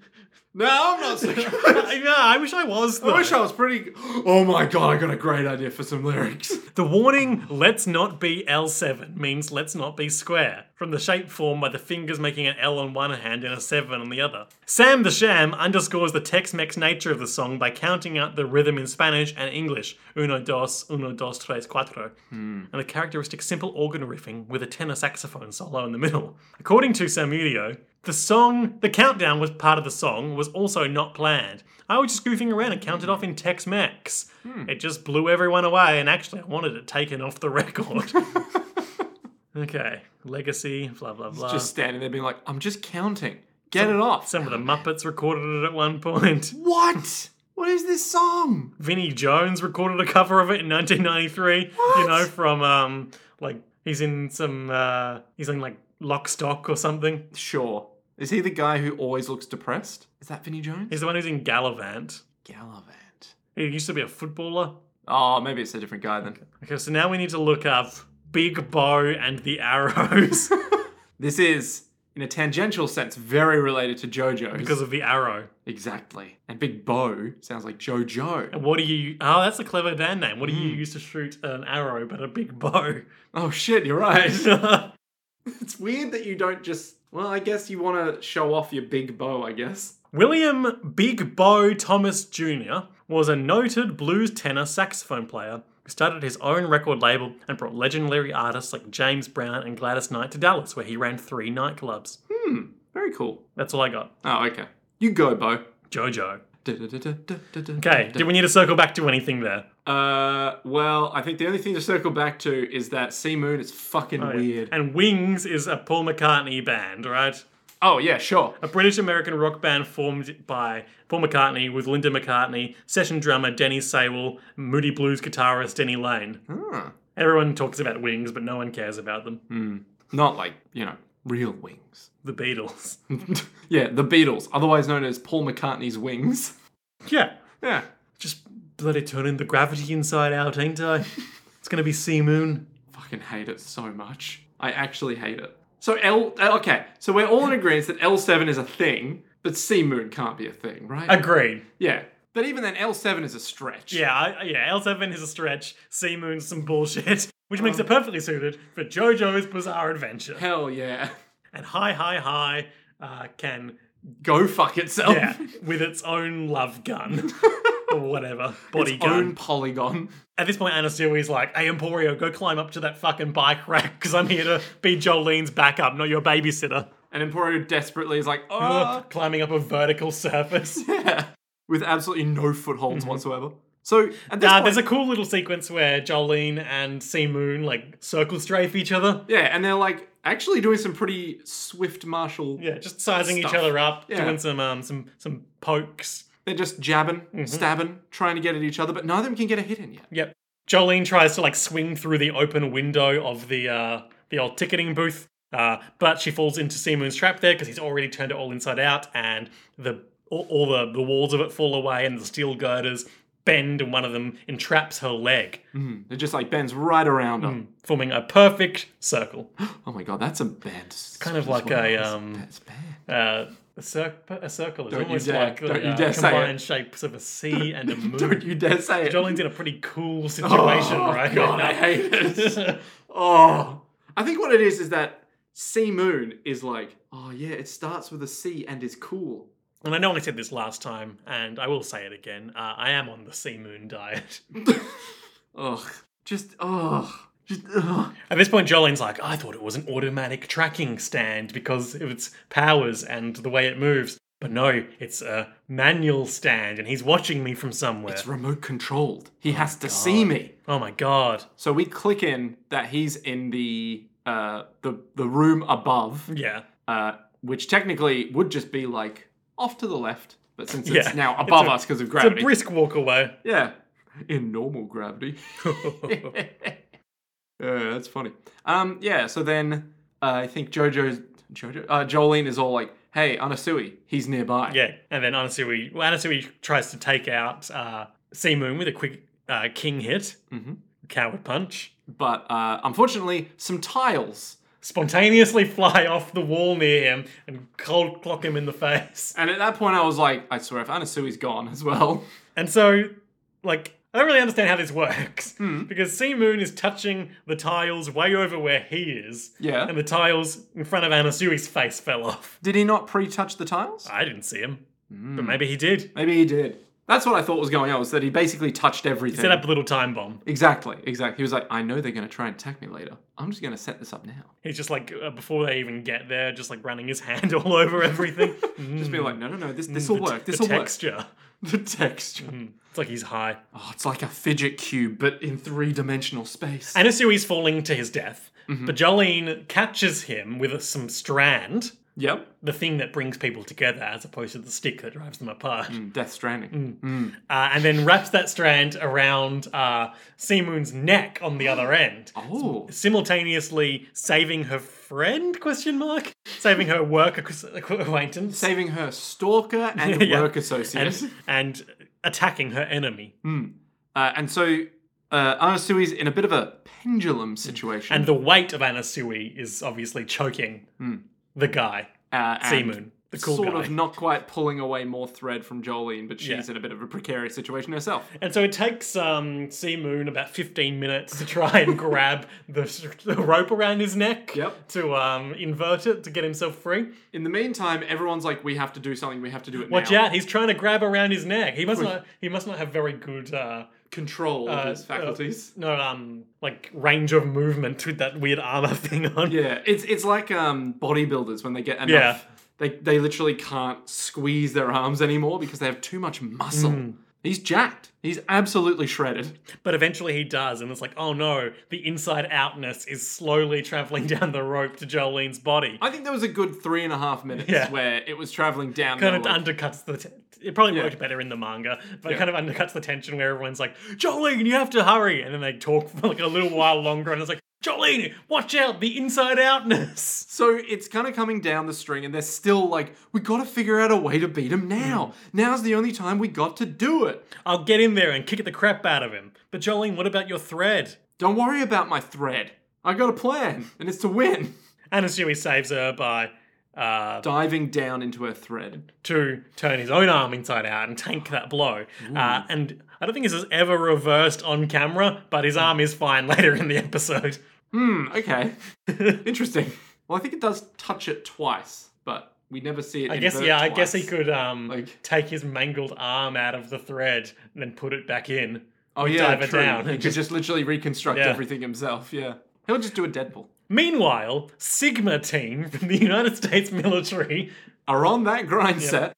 S2: No, I'm not so good.
S1: yeah, I wish I was.
S2: I
S1: though.
S2: wish I was pretty. Oh my god, I got a great idea for some lyrics.
S1: The warning, let's not be L7, means let's not be square, from the shape formed by the fingers making an L on one hand and a 7 on the other. Sam the Sham underscores the Tex Mex nature of the song by counting out the rhythm in Spanish and English uno, dos, uno, dos, tres, cuatro, and the characteristic simple organ riffing with a tenor saxophone solo in the middle. According to Samudio, the song, the countdown was part of the song, was also not planned. I was just goofing around and counted off in Tex Mex. It just blew everyone away, and actually, I wanted it taken off the record. okay, legacy, blah, blah, blah.
S2: Just standing there being like, I'm just counting. Get it off.
S1: Um, Some of the Muppets recorded it at one point.
S2: What? What is this song?
S1: Vinnie Jones recorded a cover of it in 1993. You know,
S2: What?
S1: from, um, like, he's in some, uh, he's in, like, Lock Stock or something.
S2: Sure. Is he the guy who always looks depressed? Is that Vinnie Jones?
S1: He's the one who's in Gallivant.
S2: Gallivant.
S1: He used to be a footballer.
S2: Oh, maybe it's a different guy then.
S1: Okay, so now we need to look up Big Bow and the Arrows
S2: This is, in a tangential sense, very related to JoJo's.
S1: because of the arrow.
S2: exactly. And Big Bo sounds like JoJo.
S1: And what do you? Oh, that's a clever band name. What do you use to shoot an arrow but a big bow?
S2: Oh shit, you're right.
S1: yeah,
S2: it's weird that you don't just. Well, I guess you want to show off your Big Bo, I guess.
S1: William Big Bow Thomas Jr. was a noted blues tenor saxophone player who started his own record label and brought legendary artists like James Brown and Gladys Knight to Dallas, where he ran three nightclubs.
S2: Hmm. Very cool.
S1: That's all I got.
S2: Oh, okay. You go, Bo.
S1: Jojo.
S2: Okay.
S1: Okay, do we need to circle back to anything there?
S2: Uh, well, I think the only thing to circle back to is that Sea Moon is fucking
S1: Oh,
S2: weird.
S1: And Wings is a Paul McCartney band, right?
S2: Oh yeah, sure.
S1: A British American rock band formed by Paul McCartney with Linda McCartney, session drummer Denny Sewell, Moody Blues guitarist Denny Lane.
S2: Ah.
S1: Everyone talks about Wings, but no one cares about them.
S2: Not like you know real wings.
S1: The Beatles.
S2: yeah, the Beatles, otherwise known as Paul McCartney's wings.
S1: yeah,
S2: Yeah.
S1: just bloody turning the gravity inside out, ain't I? it's gonna be Sea Moon.
S2: Fucking hate it so much. I actually hate it. So L. uh, Okay, so we're all in agreement that L seven is a thing, but Sea Moon can't be a thing, right?
S1: Agreed.
S2: yeah. But even then, L seven is a stretch.
S1: Yeah, I, yeah. L7 is a stretch. Sea Moon's some bullshit, which
S2: Um,
S1: makes it perfectly suited for JoJo's Bizarre Adventure.
S2: Hell yeah.
S1: and High High High uh, can
S2: Go fuck itself.
S1: yeah with its own love gun or whatever body
S2: Its
S1: gun.
S2: own polygon.
S1: At this point, Anna Sui like, "Hey Emporio, go climb up to that fucking bike rack because I'm here to be Jolene's backup, not your babysitter."
S2: And Emporio desperately is like,
S1: Ugh,
S2: oh,
S1: climbing up a vertical surface.
S2: yeah, with absolutely no footholds whatsoever. So at this
S1: Uh,
S2: point,
S1: Mm-hmm. there's a cool little sequence where Jolene and Sea Moon like circle strafe each other.
S2: yeah, and they're like actually doing some pretty swift martial.
S1: Yeah, just sizing each
S2: Stuff.
S1: other up,
S2: Yeah.
S1: doing some um some some pokes.
S2: They're just jabbing,
S1: Mm-hmm.
S2: stabbing, trying to get at each other, but none of them can get a hit in yet.
S1: Yep. Jolene tries to like swing through the open window of the uh the old ticketing booth. Uh, but she falls into Seamoon's trap there because he's already turned it all inside out, and the all, all the, the walls of it fall away, and the steel girders bend, and one of them entraps her leg,
S2: It just like bends right around her.
S1: forming a perfect circle.
S2: Oh my god, that's a band. It's
S1: kind of like a, um,
S2: That's bad.
S1: Uh, a, cir- a circle is
S2: Don't you
S1: almost
S2: dare-
S1: like
S2: don't you
S1: the uh,
S2: dare say it.
S1: combined shapes of a C and a moon.
S2: Don't you dare say it.
S1: Jolene's in a pretty cool situation,
S2: Oh,
S1: right?
S2: God, I hate it. Oh, I think what it is is that Sea Moon is like, oh yeah, it starts with a C and is cool.
S1: and I know I said this last time, and I will say it again. Uh, I am on the sea moon diet.
S2: Ugh, just ugh, just ugh.
S1: At this point, Jolene's like, I thought it was an automatic tracking stand because of its powers and the way it moves. But no, it's a manual stand, and he's watching me from somewhere.
S2: It's remote controlled. He has to see me.
S1: oh my god.
S2: So we click in that he's in the uh the the room above,
S1: Yeah.
S2: uh, which technically would just be like off to the left, but since
S1: Yeah.
S2: it's now above
S1: a-
S2: us because of
S1: It's a
S2: gravity,
S1: brisk walk away.
S2: yeah, in normal gravity. yeah, that's funny. Um, yeah. So then uh, I think JoJo's JoJo uh, Jolene is all like, "Hey, Anasui, he's nearby."
S1: Yeah, and then Anasui, well, Anasui tries to take out uh, Sea Moon with a quick uh, king hit,
S2: Mhm.
S1: coward punch,
S2: But uh, unfortunately, some tiles,
S1: spontaneously fly off the wall near him and cold clock him in the face.
S2: and at that point, I was like, "I swear, if Anasui's gone as well."
S1: And so, like, I don't really understand how this works because Sea Moon is touching the tiles way over where he is,
S2: Yeah.
S1: and the tiles in front of Anasui's face fell off.
S2: Did he not pre-touch the tiles?
S1: I didn't see him, but maybe he did.
S2: Maybe he did. That's what I thought was going on. Was that he basically touched everything?
S1: Set up a little time bomb.
S2: Exactly, exactly. He was like, I know they're going to try and attack me later. I'm just going to set this up now.
S1: He's just like uh, before they even get there, just like running his hand all over everything.
S2: Just be like, no, no, no, this this will
S1: Hmm. The t-
S2: work. This
S1: the Hmm.
S2: will work.
S1: texture.
S2: The texture.
S1: It's like he's high.
S2: Oh, it's like a fidget cube, but in three dimensional space.
S1: Anasui's falling to his death,
S2: Mm-hmm.
S1: but Jolene catches him with some strand,
S2: yep.
S1: the thing that brings people together, as opposed to the stick that drives them apart,
S2: Death Stranding.
S1: uh, and then wraps that strand around uh, Seamoon's neck on the other end,
S2: Oh.
S1: simultaneously saving her friend? Question mark. Saving her work ac- acquaintance.
S2: Saving her stalker and
S1: Yeah.
S2: work associate.
S1: and, and attacking her enemy.
S2: Uh, and so uh, Anasui's in a bit of a pendulum situation.
S1: Mm. And the weight of Anasui is obviously choking the guy,
S2: uh, Hmm. and
S1: Seamoon, the cool
S2: sort
S1: guy.
S2: of not quite pulling away more thread from Jolene, but she's
S1: Yeah.
S2: in a bit of a precarious situation herself.
S1: And so it takes um, Seamoon about 15 minutes to try and grab the, s- the rope around his neck
S2: Yep.
S1: to um, invert it to get himself free.
S2: In the meantime, everyone's like, we have to do something, we have to do it
S1: Watch
S2: now.
S1: out, he's trying to grab around his neck. He must not he must not have very good uh,
S2: Control of
S1: uh,
S2: his faculties.
S1: no um like range of movement with that weird armor thing on.
S2: yeah, it's it's like um, bodybuilders when they get enough.
S1: Yeah.
S2: They, they literally can't squeeze their arms anymore because they have too much muscle.
S1: Mm.
S2: He's jacked. He's absolutely shredded.
S1: But eventually he does, and it's like, oh no, the inside outness is slowly traveling down the rope to Jolene's body.
S2: I think there was a good three and a half minutes
S1: Yeah.
S2: where it was traveling down.
S1: Kind
S2: they
S1: of
S2: were like,
S1: undercuts the. T- it probably
S2: Yeah.
S1: worked better in the manga, but
S2: Yeah.
S1: it kind of undercuts the tension where everyone's like, Jolene, you have to hurry! And then they talk for like a little while longer, and it's like, Jolene, watch out, the inside outness!
S2: so it's kind of coming down the string, and they're still like, we got to figure out a way to beat him
S1: Mm.
S2: now. Now's the only time we got to do it.
S1: I'll get in there and kick the crap out of him. But Jolene, what about your thread?
S2: Don't worry about my thread. I got a plan, and it's to win.
S1: Anasui saves her by. Uh,
S2: Diving down into her thread.
S1: to turn his own arm inside out and tank that blow. Uh, and I don't think this is ever reversed on camera, but his arm is fine later in the episode.
S2: Hmm, okay. Interesting. Well, I think it does touch it twice, but we never see it.
S1: I guess, yeah, I guess he could um,
S2: Like-
S1: take his mangled arm out of the thread and then put it back in.
S2: Oh, yeah,
S1: dive it
S2: true.
S1: down.
S2: He could just literally reconstruct
S1: Yeah.
S2: everything himself, yeah. He'll just do a Deadpool.
S1: Meanwhile, Sigma team from the United States military,
S2: Are on that grind set.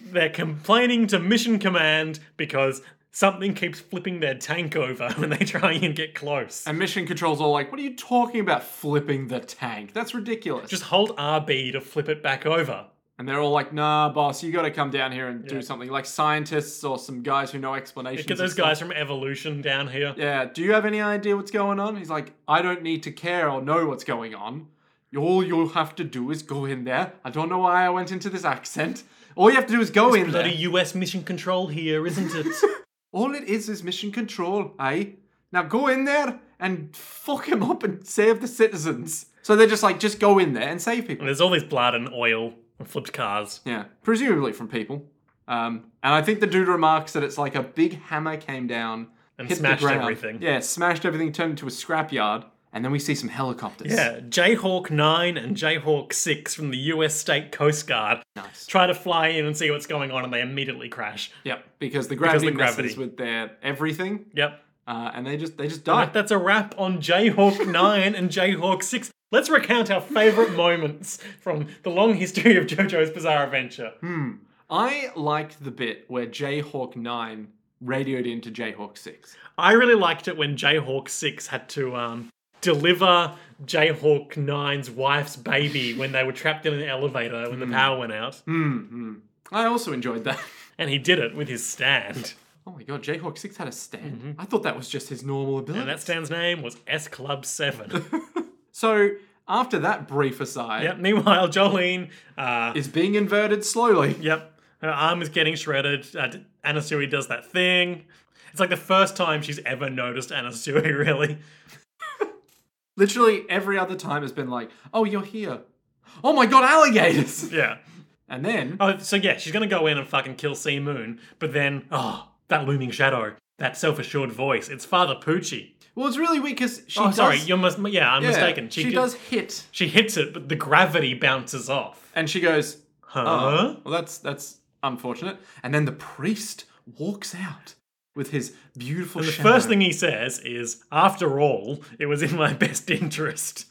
S1: they're complaining to Mission Command because something keeps flipping their tank over when they try and get close.
S2: And Mission Control's all like, what are you talking about flipping the tank? That's ridiculous.
S1: Just hold RB to flip it back over.
S2: And they're all like, nah, boss, you got to come down here and
S1: Yeah.
S2: do something. Like scientists or some guys who know explanations.
S1: Get
S2: and
S1: those
S2: stuff.
S1: guys from Evolution down here.
S2: Yeah, do you have any idea what's going on? He's like, I don't need to care or know what's going on. All you'll have to do is go in there. I don't know why I went into this accent. All you have to do is go in
S1: Bloody
S2: there.
S1: US mission control here, isn't it?
S2: All it is is mission control, aye? Now go in there and fuck him up and save the citizens. So they're just like, just go in there and save people.
S1: And there's all this blood and oil and flipped cars.
S2: Yeah, presumably from people. Um, and I think the dude remarks that it's like a big hammer came down
S1: And
S2: hit the
S1: smashed
S2: ground.
S1: everything.
S2: Yeah, smashed everything, turned into a scrapyard, and then we see some helicopters.
S1: Yeah, Jayhawk 9 and Jayhawk 6 from the US State Coast Guard
S2: nice.
S1: try to fly in and see what's going on and they immediately crash.
S2: Yep, because the gravity,
S1: the gravity.
S2: messes with their everything,
S1: Yep.
S2: uh, and they just they just
S1: Right,
S2: die.
S1: that's a wrap on Jayhawk 9 and Jayhawk 6. Let's recount our favourite moments from the long history of JoJo's Bizarre Adventure.
S2: Hmm. I liked the bit where Jayhawk Nine radioed into Jayhawk Six.
S1: I really liked it when Jayhawk 6 had to um, deliver Jayhawk 9's wife's baby when they were trapped in an elevator when the power went out.
S2: Hmm. hmm. I also enjoyed that.
S1: And he did it with his stand.
S2: Oh my god, Jayhawk Six had a stand. I thought that was just his normal
S1: And
S2: ability.
S1: Mm-hmm. that stand's name was S Club 7.
S2: so after that brief aside,
S1: yep, meanwhile, Jolene, uh,
S2: is being inverted slowly.
S1: yep, her arm is getting shredded. Uh, d- Anasui does that thing. It's like the first time she's ever noticed Anasui, really.
S2: Literally every other time has been like, "Oh, you're here." Oh my god, alligators!
S1: Yeah.
S2: And then
S1: Oh, so yeah, she's gonna go in and fucking kill Sea Moon, but then, oh, that looming shadow, that self-assured voice, it's Father Poochie.
S2: well, it's really weird because she.
S1: Oh,
S2: does,
S1: sorry, you're mis- yeah, I'm
S2: Yeah,
S1: mistaken.
S2: She,
S1: gi-
S2: does hit,
S1: She hits it, but the gravity bounces off.
S2: and she goes,
S1: Huh?
S2: Oh,
S1: Uh-huh.
S2: well, that's that's unfortunate. And then the priest walks out with his beautiful.
S1: And the
S2: shadow.
S1: first thing he says is, "After all, it was in my best interest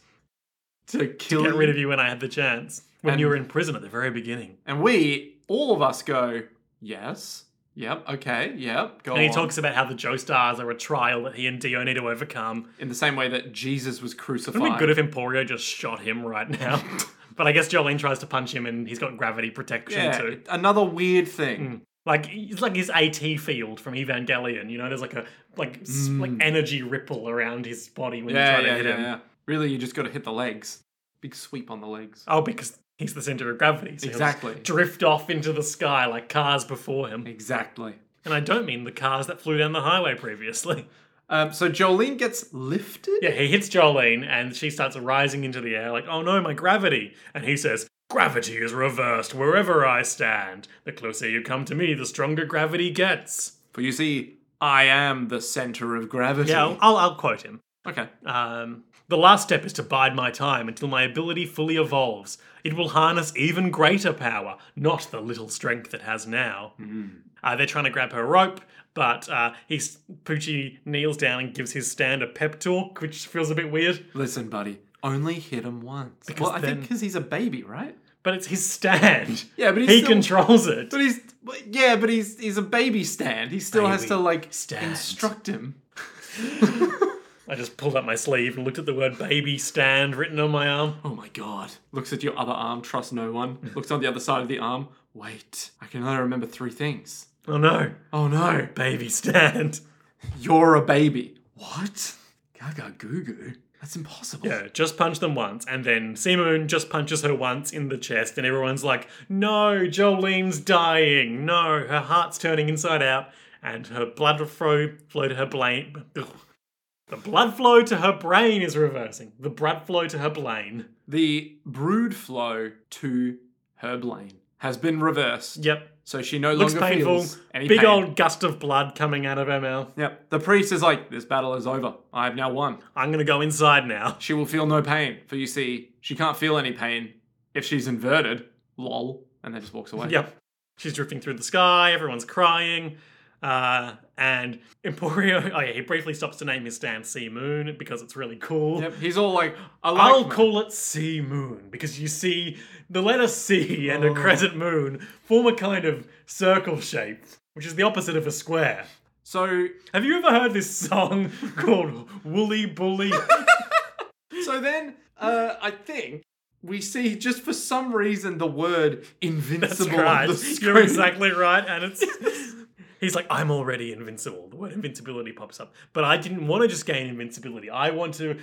S2: to kill
S1: to get rid of you when I had the chance, when you were in prison at the very beginning."
S2: and we all of us go, yes, yep, okay, yep. Go
S1: And he
S2: on."
S1: talks about how the Joestars are a trial that he and Dio need to overcome.
S2: in the same way that Jesus was crucified.
S1: Wouldn't it be good if Emporio just shot him right now? but I guess Jolene tries to punch him, and he's got gravity protection
S2: yeah,
S1: too. Hmm.
S2: another weird thing.
S1: Like it's like his AT field from Evangelion. You know, there's like a like s like energy ripple around his body when you
S2: Mm. Yeah,
S1: try to
S2: yeah,
S1: hit
S2: yeah,
S1: him.
S2: yeah. Really, you just got to hit the legs. Big sweep on the legs.
S1: Oh, because he's the center of gravity. So he'll just
S2: Exactly.
S1: drift off into the sky like cars before him.
S2: Exactly.
S1: And I don't mean the cars that flew down the highway previously.
S2: Um, so Jolene gets lifted.
S1: Yeah, he hits Jolene and she starts rising into the air, like, oh no, my gravity. And he says, Gravity is reversed wherever I stand. The closer you come to me, the stronger gravity gets.
S2: For you see, I am the center of gravity.
S1: Yeah, I'll, I'll, I'll quote him.
S2: Okay.
S1: Um, the last step is to bide my time until my ability fully evolves. It will harness even greater power, not the little strength it has now. Uh, they're trying to grab her rope, but uh, he's, Poochie kneels down and gives his stand a pep talk, which feels a bit weird.
S2: Listen, buddy. Only hit him once. well, I think
S1: then-
S2: because he's a baby, right?
S1: But it's his stand.
S2: Yeah, but he's
S1: he
S2: still-
S1: controls it.
S2: But he's but- yeah, but he's he's a baby stand. He still has
S1: Baby
S2: to like
S1: stand.
S2: instruct him.
S1: I just pulled up my sleeve and looked at the word baby stand written on my arm.
S2: Oh my god! Looks at your other arm. Trust no one. Looks on the other side of the arm. Wait, I can only remember three things.
S1: Oh no,
S2: Oh no!
S1: baby stand.
S2: You're a baby. What? Gaga goo goo. That's impossible.
S1: Yeah, just punch them once, and then Simoon just punches her once in the chest, and everyone's like, "No, Jolene's dying. No, her heart's turning inside out, and her blood flow flow to her brain. The blood flow to her brain is reversing. The blood flow to her brain.
S2: The brood flow to her brain has been reversed,
S1: Yep,
S2: so she no
S1: looks
S2: longer
S1: painful.
S2: feels any
S1: Big
S2: pain.
S1: old gust of blood coming out of her mouth.
S2: Yep. The priest is like, this battle is over. I have now won.
S1: I'm gonna go inside now.
S2: She will feel no pain, for you see, she can't feel any pain if she's inverted. Lol. And then just walks away.
S1: Yep. She's drifting through the sky, everyone's crying. Uh, and Emporio, oh yeah, he briefly stops to name his stand Sea Moon because it's really cool.
S2: Yep. He's all like, I like
S1: I'll
S2: my-
S1: call it Sea Moon because you see the letter C and
S2: Oh.
S1: a crescent moon form a kind of circle shape, which is the opposite of a square.
S2: So
S1: Have you ever heard this song called Woolly Bully?
S2: so then uh, I think we see just for some reason the word
S1: That's
S2: invincible on
S1: right.
S2: the
S1: You're
S2: screen.
S1: exactly right. And it's he's like, I'm already invincible. The word invincibility pops up. But I didn't want to just gain invincibility. I want to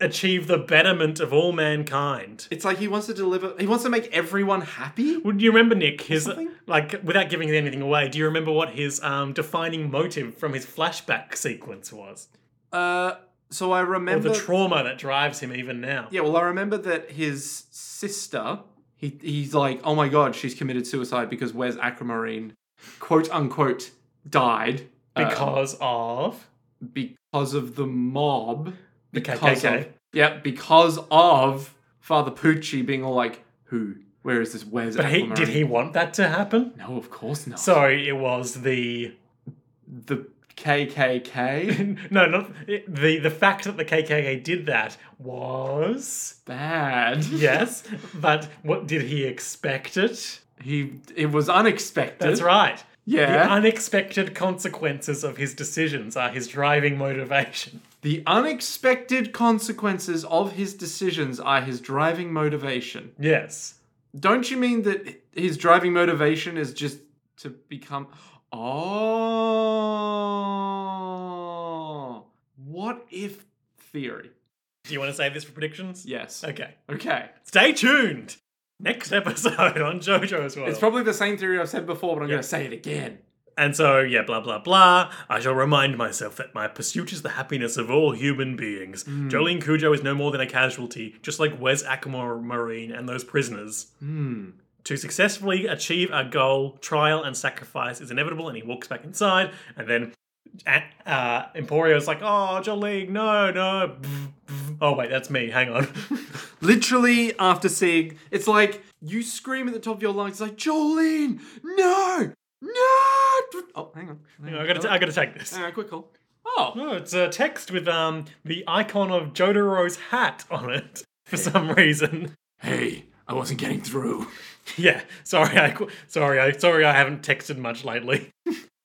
S1: achieve the betterment of all mankind.
S2: It's like he wants to deliver. He wants to make everyone happy.
S1: Would you remember Nick? His
S2: Something?
S1: like without giving anything away. Do you remember what his um, defining motive from his flashback sequence was,
S2: Uh, so I
S1: or
S2: remember.
S1: the trauma that drives him even now?
S2: yeah, well, I remember that his sister. He, he's like, oh my god, she's committed suicide because Wes Aquamarine, quote unquote, died uh,
S1: Because of
S2: because of the mob.
S1: The
S2: because
S1: KKK.
S2: Of, yeah, because of Father Pucci being all like, who? Where is this Wes?
S1: but he, did
S2: Aquamarine?"
S1: he want that to happen?
S2: No, of course not.
S1: So it was the
S2: the KKK
S1: no, not the the fact that the KKK did that was
S2: bad.
S1: yes, but what did he expect it?
S2: He it was unexpected.
S1: That's right. The
S2: Yeah.
S1: unexpected consequences of his decisions are his driving motivation.
S2: The unexpected consequences of his decisions are his driving motivation.
S1: Yes.
S2: Don't you mean that his driving motivation is just to become Oh. What if theory?
S1: Do you want to save this for predictions?
S2: Yes.
S1: Okay.
S2: Okay.
S1: Stay tuned. Next episode on JoJo's World.
S2: It's probably the same theory I've said before, but I'm
S1: Yeah.
S2: going to say it again.
S1: And so, yeah, blah, blah, blah. I shall remind myself that my pursuit is the happiness of all human beings. Jolene Cujo is no more than a casualty, just like Wes Ackermore Marine and those prisoners.
S2: Hmm.
S1: To successfully achieve a goal, trial and sacrifice is inevitable, and he walks back inside, and then a- uh, Emporio's like, oh, Jolene, no, no. Oh, wait, that's me. Hang on.
S2: Literally, after seeing, it's like you scream at the top of your lungs, like Jolene, no, no. Oh, hang on.
S1: Hang on, I gotta, t- I gotta take this.
S2: Hang on, quick call. Oh,
S1: No, it's a text with um the icon of Jotaro's hat on it for some reason.
S2: hey, I wasn't getting through.
S1: Yeah, sorry, I qu- sorry, I sorry, I haven't texted much lately.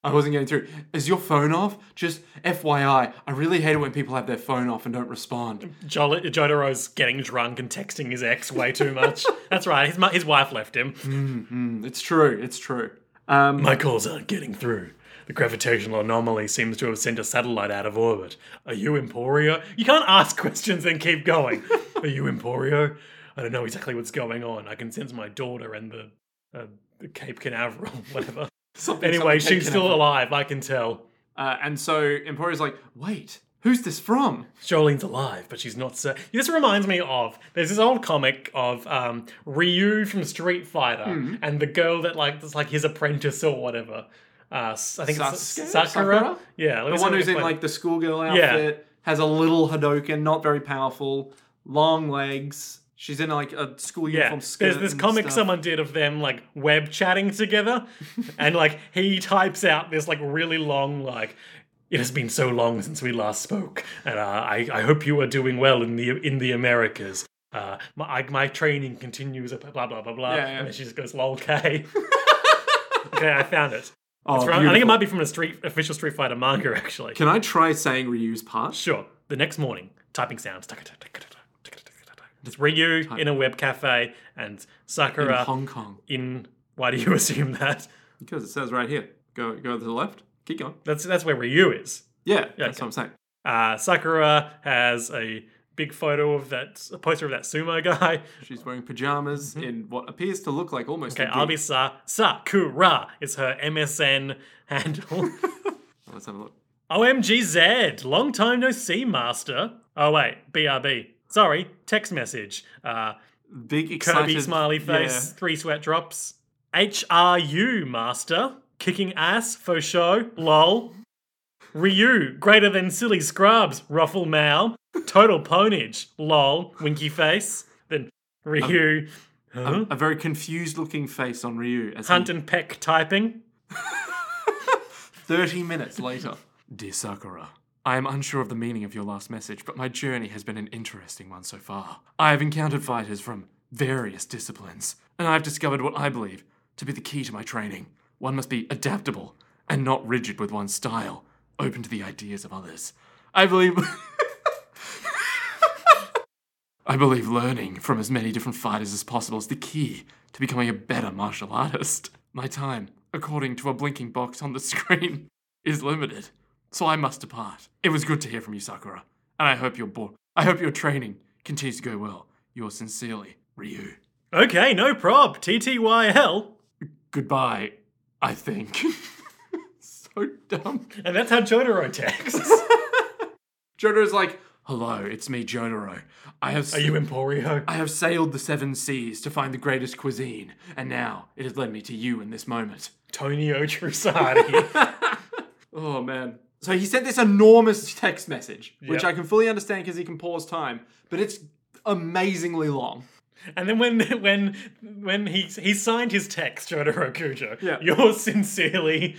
S2: I wasn't getting through. Is your phone off? Just FYI, I really hate it when people have their phone off and don't respond.
S1: Jol- Jotaro's getting drunk and texting his ex way too much. That's right, his mu- his wife left him.
S2: Mm, it's true. It's true. Um,
S1: My calls aren't getting through. The gravitational anomaly seems to have sent a satellite out of orbit. Are you Emporio? You can't ask questions and keep going. Are you Emporio? I don't know exactly what's going on. I can sense my daughter and the, uh, the Cape Canaveral, whatever.
S2: something-
S1: Anyway,
S2: something
S1: she's
S2: taken
S1: still
S2: over.
S1: alive, I can tell.
S2: Uh, and so Emporio's like, wait, who's this from?
S1: Jolene's alive, but she's not so. This reminds me of there's this old comic of um, Ryu from Street Fighter
S2: Hmm.
S1: and the girl that like that's like his apprentice or whatever. Uh, S- I think
S2: Sasuke?
S1: it's Sa- Sakura.
S2: Sakura?
S1: Yeah,
S2: The one who's in like the schoolgirl
S1: Yeah.
S2: outfit has a little Hadoken, not very powerful, long legs. She's in like a school
S1: yeah.
S2: uniform skirt.
S1: There's this
S2: and
S1: comic
S2: stuff.
S1: someone did of them like web chatting together, and like he types out this like really long like. It has been so long since we last spoke, and uh, I, I hope you are doing well in the in the Americas. Uh, my I, my training continues. Blah blah blah blah.
S2: Yeah, yeah.
S1: And then she just goes, "Lol, K." okay, I found it.
S2: Oh,
S1: It's from- I think it
S2: beautiful.
S1: might be from a street official Street Fighter manga, actually.
S2: Can I try saying Ryu's part?
S1: Sure. The next morning, typing sounds. It's Ryu in a web cafe and
S2: In
S1: Sakura
S2: Hong Kong.
S1: in. Why do you assume that?
S2: Because it says right here. Go go to the left. Keep going.
S1: That's that's where Ryu is.
S2: Yeah, that's
S1: okay.
S2: what I'm saying.
S1: Uh, Sakura has a big photo of that a poster of that sumo guy.
S2: She's wearing pajamas in what appears to look like almost
S1: Mm-hmm. Okay,
S2: a
S1: I'll be
S2: dick.
S1: Sa Sakura is her MSN handle.
S2: Let's have a look.
S1: OMGZ, long time no see, master. Oh wait, BRB. Sorry, text message. Uh,
S2: Big excited
S1: Kirby smiley face, three sweat drops. HRU master, kicking ass for show, lol. Ryu, greater than silly scrubs, ruffle mao, total ponage, lol, winky face. Then Ryu,
S2: Yeah.
S1: huh?
S2: A very confused looking face on Ryu as he-
S1: Uh-huh. hunt and peck typing.
S2: 30 minutes later. Dear Sakura, I am unsure of the meaning of your last message, but my journey has been an interesting one so far. I have encountered fighters from various disciplines, and I have discovered what I believe to be the key to my training. One must be adaptable and not rigid with one's style, open to the ideas of others. I believe. I believe learning from as many different fighters as possible is the key to becoming a better martial artist. My time, according to a blinking box on the screen, is limited, so I must depart. It was good to hear from you, Sakura, and I hope your bo- I hope your training continues to go well. Yours sincerely, Ryu.
S1: Okay, no prob. TTYL.
S2: Goodbye, I think. so dumb.
S1: And that's how Jotaro texts.
S2: Jotaro's like, "Hello, it's me, Jotaro. I have
S1: Are you Emporio?
S2: I have sailed the seven seas to find the greatest cuisine, and now it has led me to you in this moment."
S1: Tony Otrusati.
S2: Oh man. So he sent this enormous text message, which
S1: Yep.
S2: I can fully understand because he can pause time, but it's amazingly long.
S1: and then when when when he he signed his text, Jotaro Kujo.
S2: Yeah.
S1: Yours sincerely.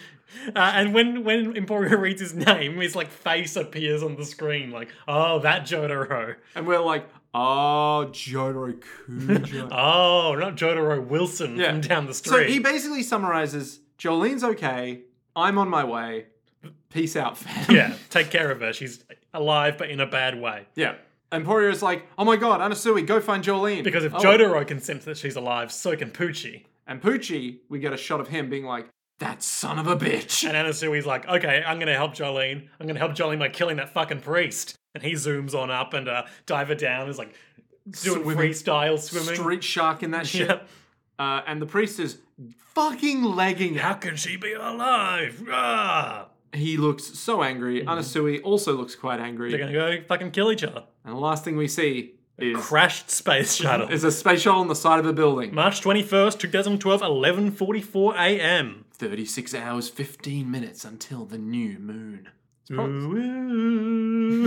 S1: Uh, and when when Emporio reads his name, his like face appears on the screen, like, oh, that Jotaro.
S2: And we're like, oh, Jotaro Kujo.
S1: Oh, not Jotaro Wilson
S2: Yeah.
S1: from down the
S2: so
S1: street.
S2: he basically summarizes Jolene's okay, I'm on my way, peace out, fam.
S1: yeah, take care of her. She's alive, but in a bad way.
S2: yeah. And Porio's like, oh my god, Anasui, go find Jolene.
S1: Because if
S2: oh,
S1: Jotaro can sense that she's alive, so can Poochie.
S2: And Poochie, we get a shot of him being like, that son of a bitch.
S1: And Anasui's like, okay, I'm gonna help Jolene. I'm gonna help Jolene by killing that fucking priest. And he zooms on up and uh, diver down is like doing
S2: Swimming.
S1: freestyle swimming.
S2: Street shark in that shit.
S1: Yeah.
S2: Uh, and the priest is fucking legging it.
S1: How can she be alive? Ah!
S2: He looks so angry. Anasui also looks quite angry.
S1: Mm-hmm. They're gonna go fucking kill each other.
S2: And the last thing we see is,
S1: Crashed space shuttle.
S2: is a space shuttle on the side of a building.
S1: March 21st, 2012, 11:44 a.m.
S2: 36 hours, 15 minutes until the new moon. It's prob-
S1: Ooh.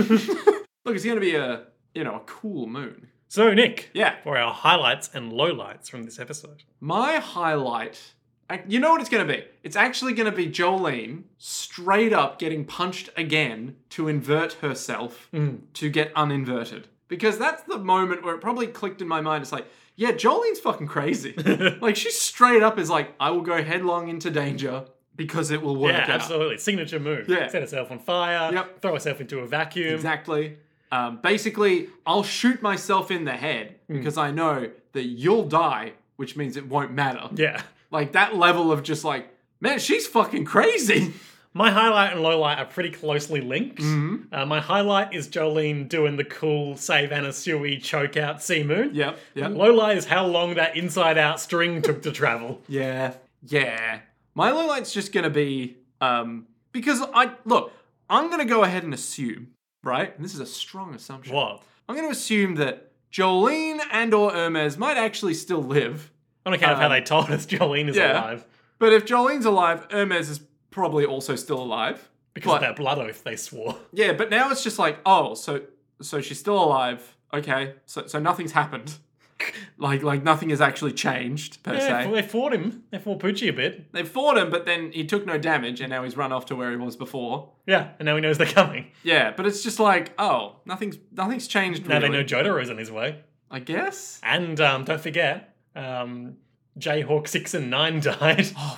S2: Look, it's going to be a, you know, a cool moon.
S1: so Nick,
S2: Yeah.
S1: for our highlights and lowlights from this episode.
S2: My highlight, ac- you know what it's going to be? It's actually going to be Jolene straight up getting punched again to invert herself
S1: Mm.
S2: to get uninverted. Because that's the moment where it probably clicked in my mind. It's like, yeah, Jolene's fucking crazy. like, she straight up is like, I will go headlong into danger because it will work
S1: Yeah,
S2: out.
S1: absolutely. Signature move.
S2: Yeah.
S1: Set herself on fire.
S2: Yep.
S1: Throw herself into a vacuum.
S2: Exactly. Um, basically, I'll shoot myself in the head
S1: Mm.
S2: because I know that you'll die, which means it won't matter.
S1: Yeah.
S2: Like that level of just like, man, she's fucking crazy.
S1: My highlight and low light are pretty closely linked.
S2: Mm.
S1: Uh, my highlight is Jolene doing the cool save Anasui choke out Seamoon.
S2: Yep. Yep.
S1: Low light is how long that inside out string took to travel.
S2: Yeah. Yeah. My low light's just gonna be um because I look, I'm gonna go ahead and assume, right? And this is a strong assumption.
S1: What?
S2: I'm gonna assume that Jolene and or Hermes might actually still live.
S1: On account of how
S2: Um,
S1: they told us Jolene is
S2: yeah.
S1: alive.
S2: But if Jolene's alive, Hermes is probably also still alive.
S1: Because
S2: But-
S1: of that blood oath they swore.
S2: Yeah, but now it's just like, oh, so so she's still alive. Okay, so so nothing's happened. like like nothing has actually changed per
S1: Yeah,
S2: se.
S1: they fought him. They fought Poochie a bit.
S2: They fought him, but then he took no damage, and now he's run off to where he was before.
S1: Yeah, and now he knows they're coming.
S2: Yeah, but it's just like, oh, nothing's nothing's changed.
S1: Now
S2: really,
S1: they know Jotaro's on his way.
S2: I guess.
S1: And um, don't forget, um, Jayhawk 6 and 9 died.
S2: Oh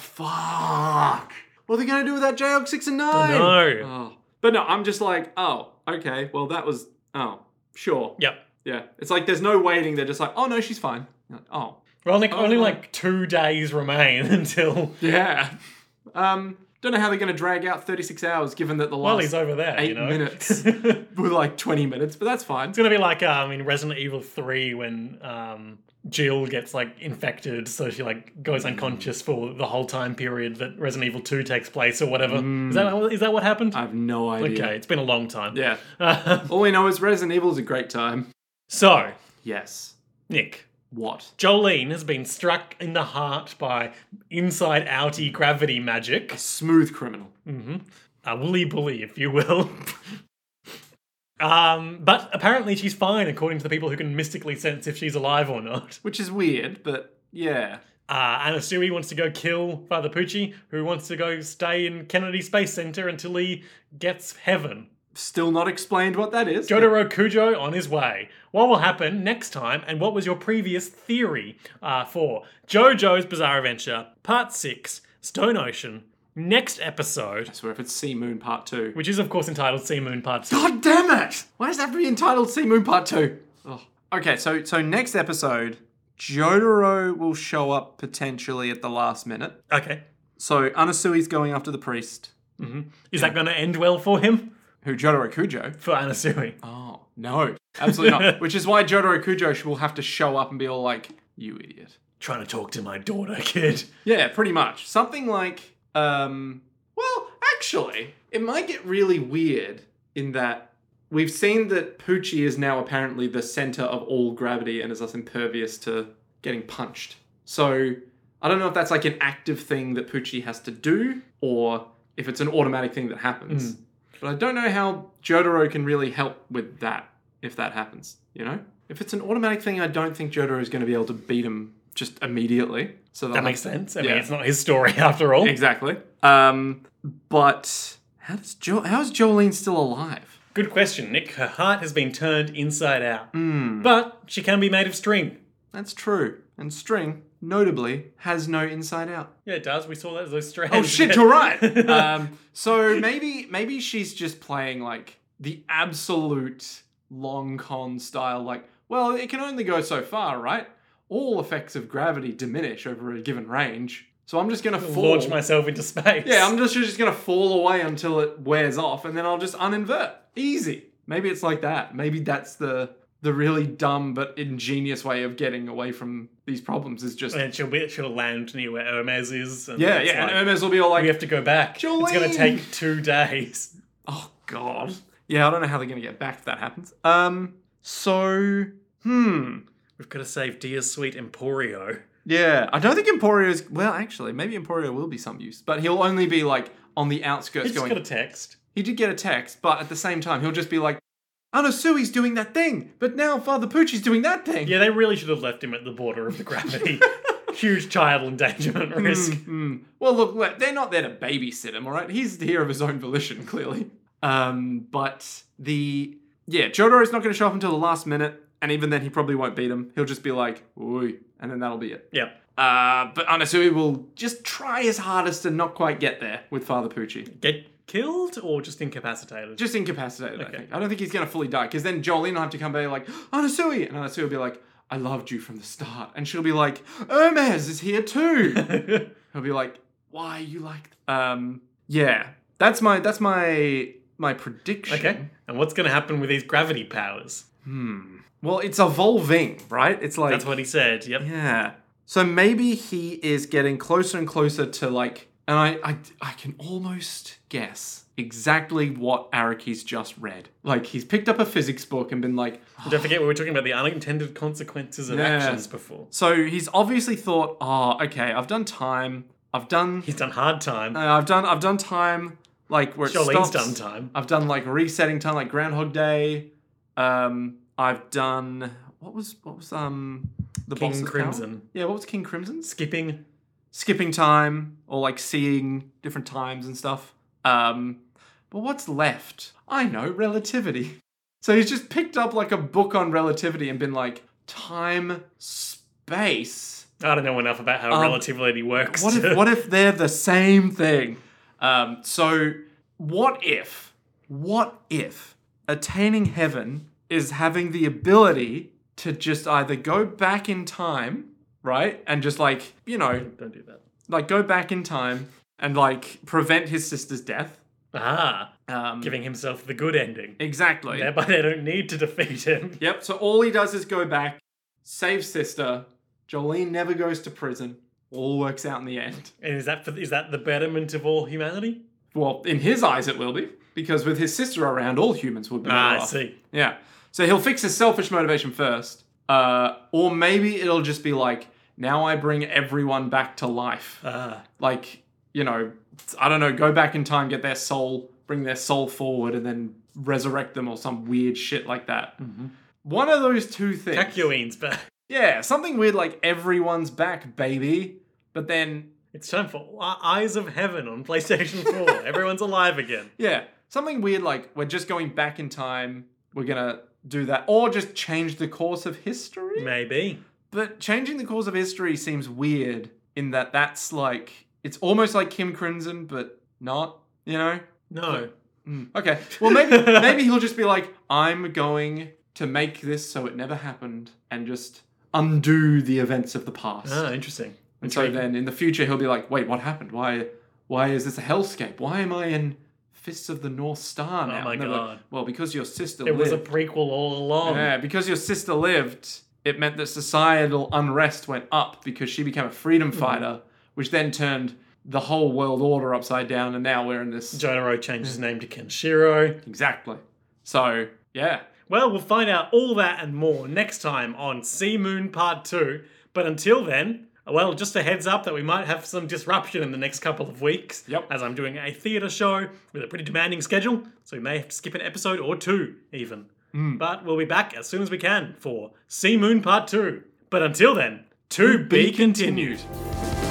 S2: fuck! What are they gonna do with that Jog six and nine?
S1: Dunno.
S2: Oh. But no, I'm just like, oh, okay. Well, that was oh, sure.
S1: Yep.
S2: Yeah. It's like there's no waiting. They're just like, oh no, she's fine. You're like, oh,
S1: Well, Nick, only
S2: no.
S1: like two days remain until.
S2: Yeah. Um, don't know how they're going to drag out 36 hours given that the
S1: Well,
S2: last
S1: he's over there.
S2: eight
S1: you know?
S2: minutes
S1: it's
S2: were like 20 minutes, but that's fine.
S1: gonna be like um, in Resident Evil Three when um, Jill gets like infected, so she like goes
S2: Hmm.
S1: unconscious for the whole time period that Resident Evil Two takes place or whatever. Is that is that what happened?
S2: Hmm. I have no idea.
S1: okay, it's been a long time.
S2: Yeah. All we know is Resident Evil is a great time.
S1: so,
S2: Yes.
S1: Nick,
S2: What?
S1: Jolene has been struck in the heart by inside outy gravity magic.
S2: Smooth criminal.
S1: Mm-hmm. A woolly bully, if you will. um, but apparently she's fine, according to the people who can mystically sense if she's alive or not.
S2: Which is weird, but yeah.
S1: Uh, Anasui wants to go kill Father Pucci, who wants to go stay in Kennedy Space Center until he gets heaven.
S2: Still not explained what that is.
S1: Jotaro Kujo on his way. What will happen next time, and what was your previous theory uh, for JoJo's Bizarre Adventure, Part 6, Stone Ocean, next episode,
S2: I swear if it's Sea Moon Part 2.
S1: which is, of course, entitled Sea Moon Part 2.
S2: God damn it! Why does it have to be entitled Sea Moon Part 2? Oh, Okay, so so next episode, Jotaro will show up potentially at the last minute.
S1: Okay.
S2: So Anasui's going after the priest,
S1: Is that going to end well for him?
S2: who Jotaro Kujo.
S1: For Anasui.
S2: Oh no, absolutely not. Which is why Jotaro Kujo will have to show up and be all like, "You idiot."
S1: Trying to talk to my daughter, kid.
S2: Yeah, pretty much. Something like, um, well, actually, it might get really weird in that we've seen that Poochie is now apparently the center of all gravity and is thus impervious to getting punched. So I don't know if that's like an active thing that Poochie has to do or if it's an automatic thing that happens.
S1: Hmm.
S2: But I don't know how Jotaro can really help with that if that happens, you know? If it's an automatic thing, I don't think Jotaro is going to be able to beat him just immediately. So
S1: That makes sense. I mean,
S2: Yeah.
S1: it's not his story after all.
S2: Exactly. Um, but how does jo- how is Jolene still alive?
S1: Good question, Nick. Her heart has been turned inside out.
S2: Hmm.
S1: But she can be made of string.
S2: That's true. And string, notably, has no inside out.
S1: Yeah, it does. We saw that as those strands. Uh,
S2: Oh shit, you're right. Um, so maybe maybe she's just playing like the absolute long con style. Like, well, it can only go so far, right? All effects of gravity diminish over a given range. So I'm just gonna fall.
S1: Launch myself into space.
S2: Yeah, I'm just just gonna fall away until it wears off, and then I'll just uninvert. Easy. Maybe it's like that. Maybe that's the the really dumb but ingenious way of getting away from these problems is just yeah,
S1: And she'll be she'll land near where Hermes is. And
S2: yeah.
S1: it's
S2: and
S1: like,
S2: Hermes will be all like,
S1: we have to go back. It's gonna
S2: Jolene!
S1: take two days.
S2: oh god. Yeah, I don't know how they're gonna get back if that happens. Um. So, hmm.
S1: We've got to save dear sweet Emporio.
S2: Yeah, I don't think Emporio's. Well, actually, maybe Emporio will be some use, but he'll only be like on the outskirts
S1: He's just
S2: going.
S1: got a text.
S2: He did get a text, but at the same time, he'll just be like, Anasui's doing that thing, but now Father Poochie's doing that thing.
S1: Yeah, they really should have left him at the border of the gravity. Huge child endangerment risk.
S2: Mm. Well, look, look, they're not there to babysit him, all right? He's here of his own volition, clearly. Um, but the. Yeah, Jotaro's not going to show up until the last minute, and even then, he probably won't beat him. He'll just be like, oi, and then that'll be it.
S1: Yeah.
S2: Uh, but Anasui will just try his hardest and not quite get there with Father Poochie.
S1: Get killed or just incapacitated?
S2: Just incapacitated, I
S1: Okay.
S2: think. I don't think he's gonna fully die, because then Jolene will have to come back like, Anasui! And Anasui will be like, I loved you from the start. And she'll be like, Hermes is here too. He'll be like, Why you like Um Yeah. That's my that's my my prediction.
S1: okay. And what's going to happen with these gravity powers?
S2: Well, it's evolving, right? It's like
S1: That's what he said. Yep.
S2: Yeah. So maybe he is getting closer and closer to like, and I, I, I can almost guess exactly what Araki's just read. Like he's picked up a physics book and been like,
S1: Don't forget we were talking about the unintended consequences of
S2: Yeah.
S1: actions before.
S2: so he's obviously thought, oh, okay, I've done time, I've done,
S1: He's done hard time.
S2: uh, I've done, I've done time, like where it
S1: Jolene's
S2: stops.
S1: done time.
S2: I've done like resetting time, like Groundhog Day. Um, I've done what was what was um the
S1: King
S2: boss's power?
S1: Crimson.
S2: Yeah, what was King Crimson's?
S1: Skipping.
S2: skipping time or like seeing different times and stuff. Um, but what's left? I know relativity. So he's just picked up like a book on relativity and been like, time, space.
S1: I don't know enough about how relativity works.
S2: Um, What
S1: to-
S2: if what if they're the same thing? Um, so what if what if attaining heaven is having the ability to just either go back in time, right, and just like you know
S1: Don't do that.
S2: like go back in time and like prevent his sister's death.
S1: Ah,
S2: Um,
S1: giving himself the good ending.
S2: exactly.
S1: Thereby they don't need to defeat him.
S2: Yep. So all he does is go back, save sister. Jolene never goes to prison. All works out in the end.
S1: And is that for, is that the betterment of all humanity?
S2: Well, in his eyes, it will be because with his sister around, all humans would be. better
S1: Ah, I
S2: off.
S1: see.
S2: Yeah. So he'll fix his selfish motivation first, uh, or maybe it'll just be like, now I bring everyone back to life.
S1: Ah,
S2: like you know i don't know go back in time get their soul bring their soul forward and then resurrect them or some weird shit like that
S1: Mm-hmm.
S2: one of those two things
S1: Kakyoin's back.
S2: yeah something weird like everyone's back baby but then
S1: It's time for E- Eyes of Heaven on PlayStation 4. Everyone's alive again.
S2: yeah something weird like we're just going back in time we're gonna do that or just change the course of history
S1: Maybe.
S2: But changing the course of history seems weird in that that's like it's almost like Kim Crimson, but not. You know?
S1: No.
S2: Mm, Okay. Well, maybe maybe he'll just be like, I'm going to make this so it never happened and just undo the events of the past.
S1: Ah, interesting.
S2: and so
S1: Intriguing.
S2: then in the future he'll be like, wait, what happened? Why why is this a hellscape? Why am I in Fists of the North Star now?
S1: Oh my
S2: And they're like,
S1: God.
S2: well, because your sister
S1: it
S2: lived.
S1: was a prequel all along.
S2: Yeah, because your sister lived, it meant that societal unrest went up because she became a freedom
S1: Mm-hmm.
S2: fighter, which then turned the whole world order upside down, and now we're in this.
S1: Jonaro changed
S2: Mm.
S1: his name to Kenshiro.
S2: exactly. So, yeah.
S1: Well, we'll find out all that and more next time on Sea Moon Part 2. But until then, well, just a heads up that we might have some disruption in the next couple of weeks.
S2: Yep.
S1: As I'm doing a theatre show with a pretty demanding schedule, so we may have to skip an episode or two, even.
S2: Hmm.
S1: But we'll be back as soon as we can for Sea Moon Part 2. But until then, to be continued.
S2: Nude.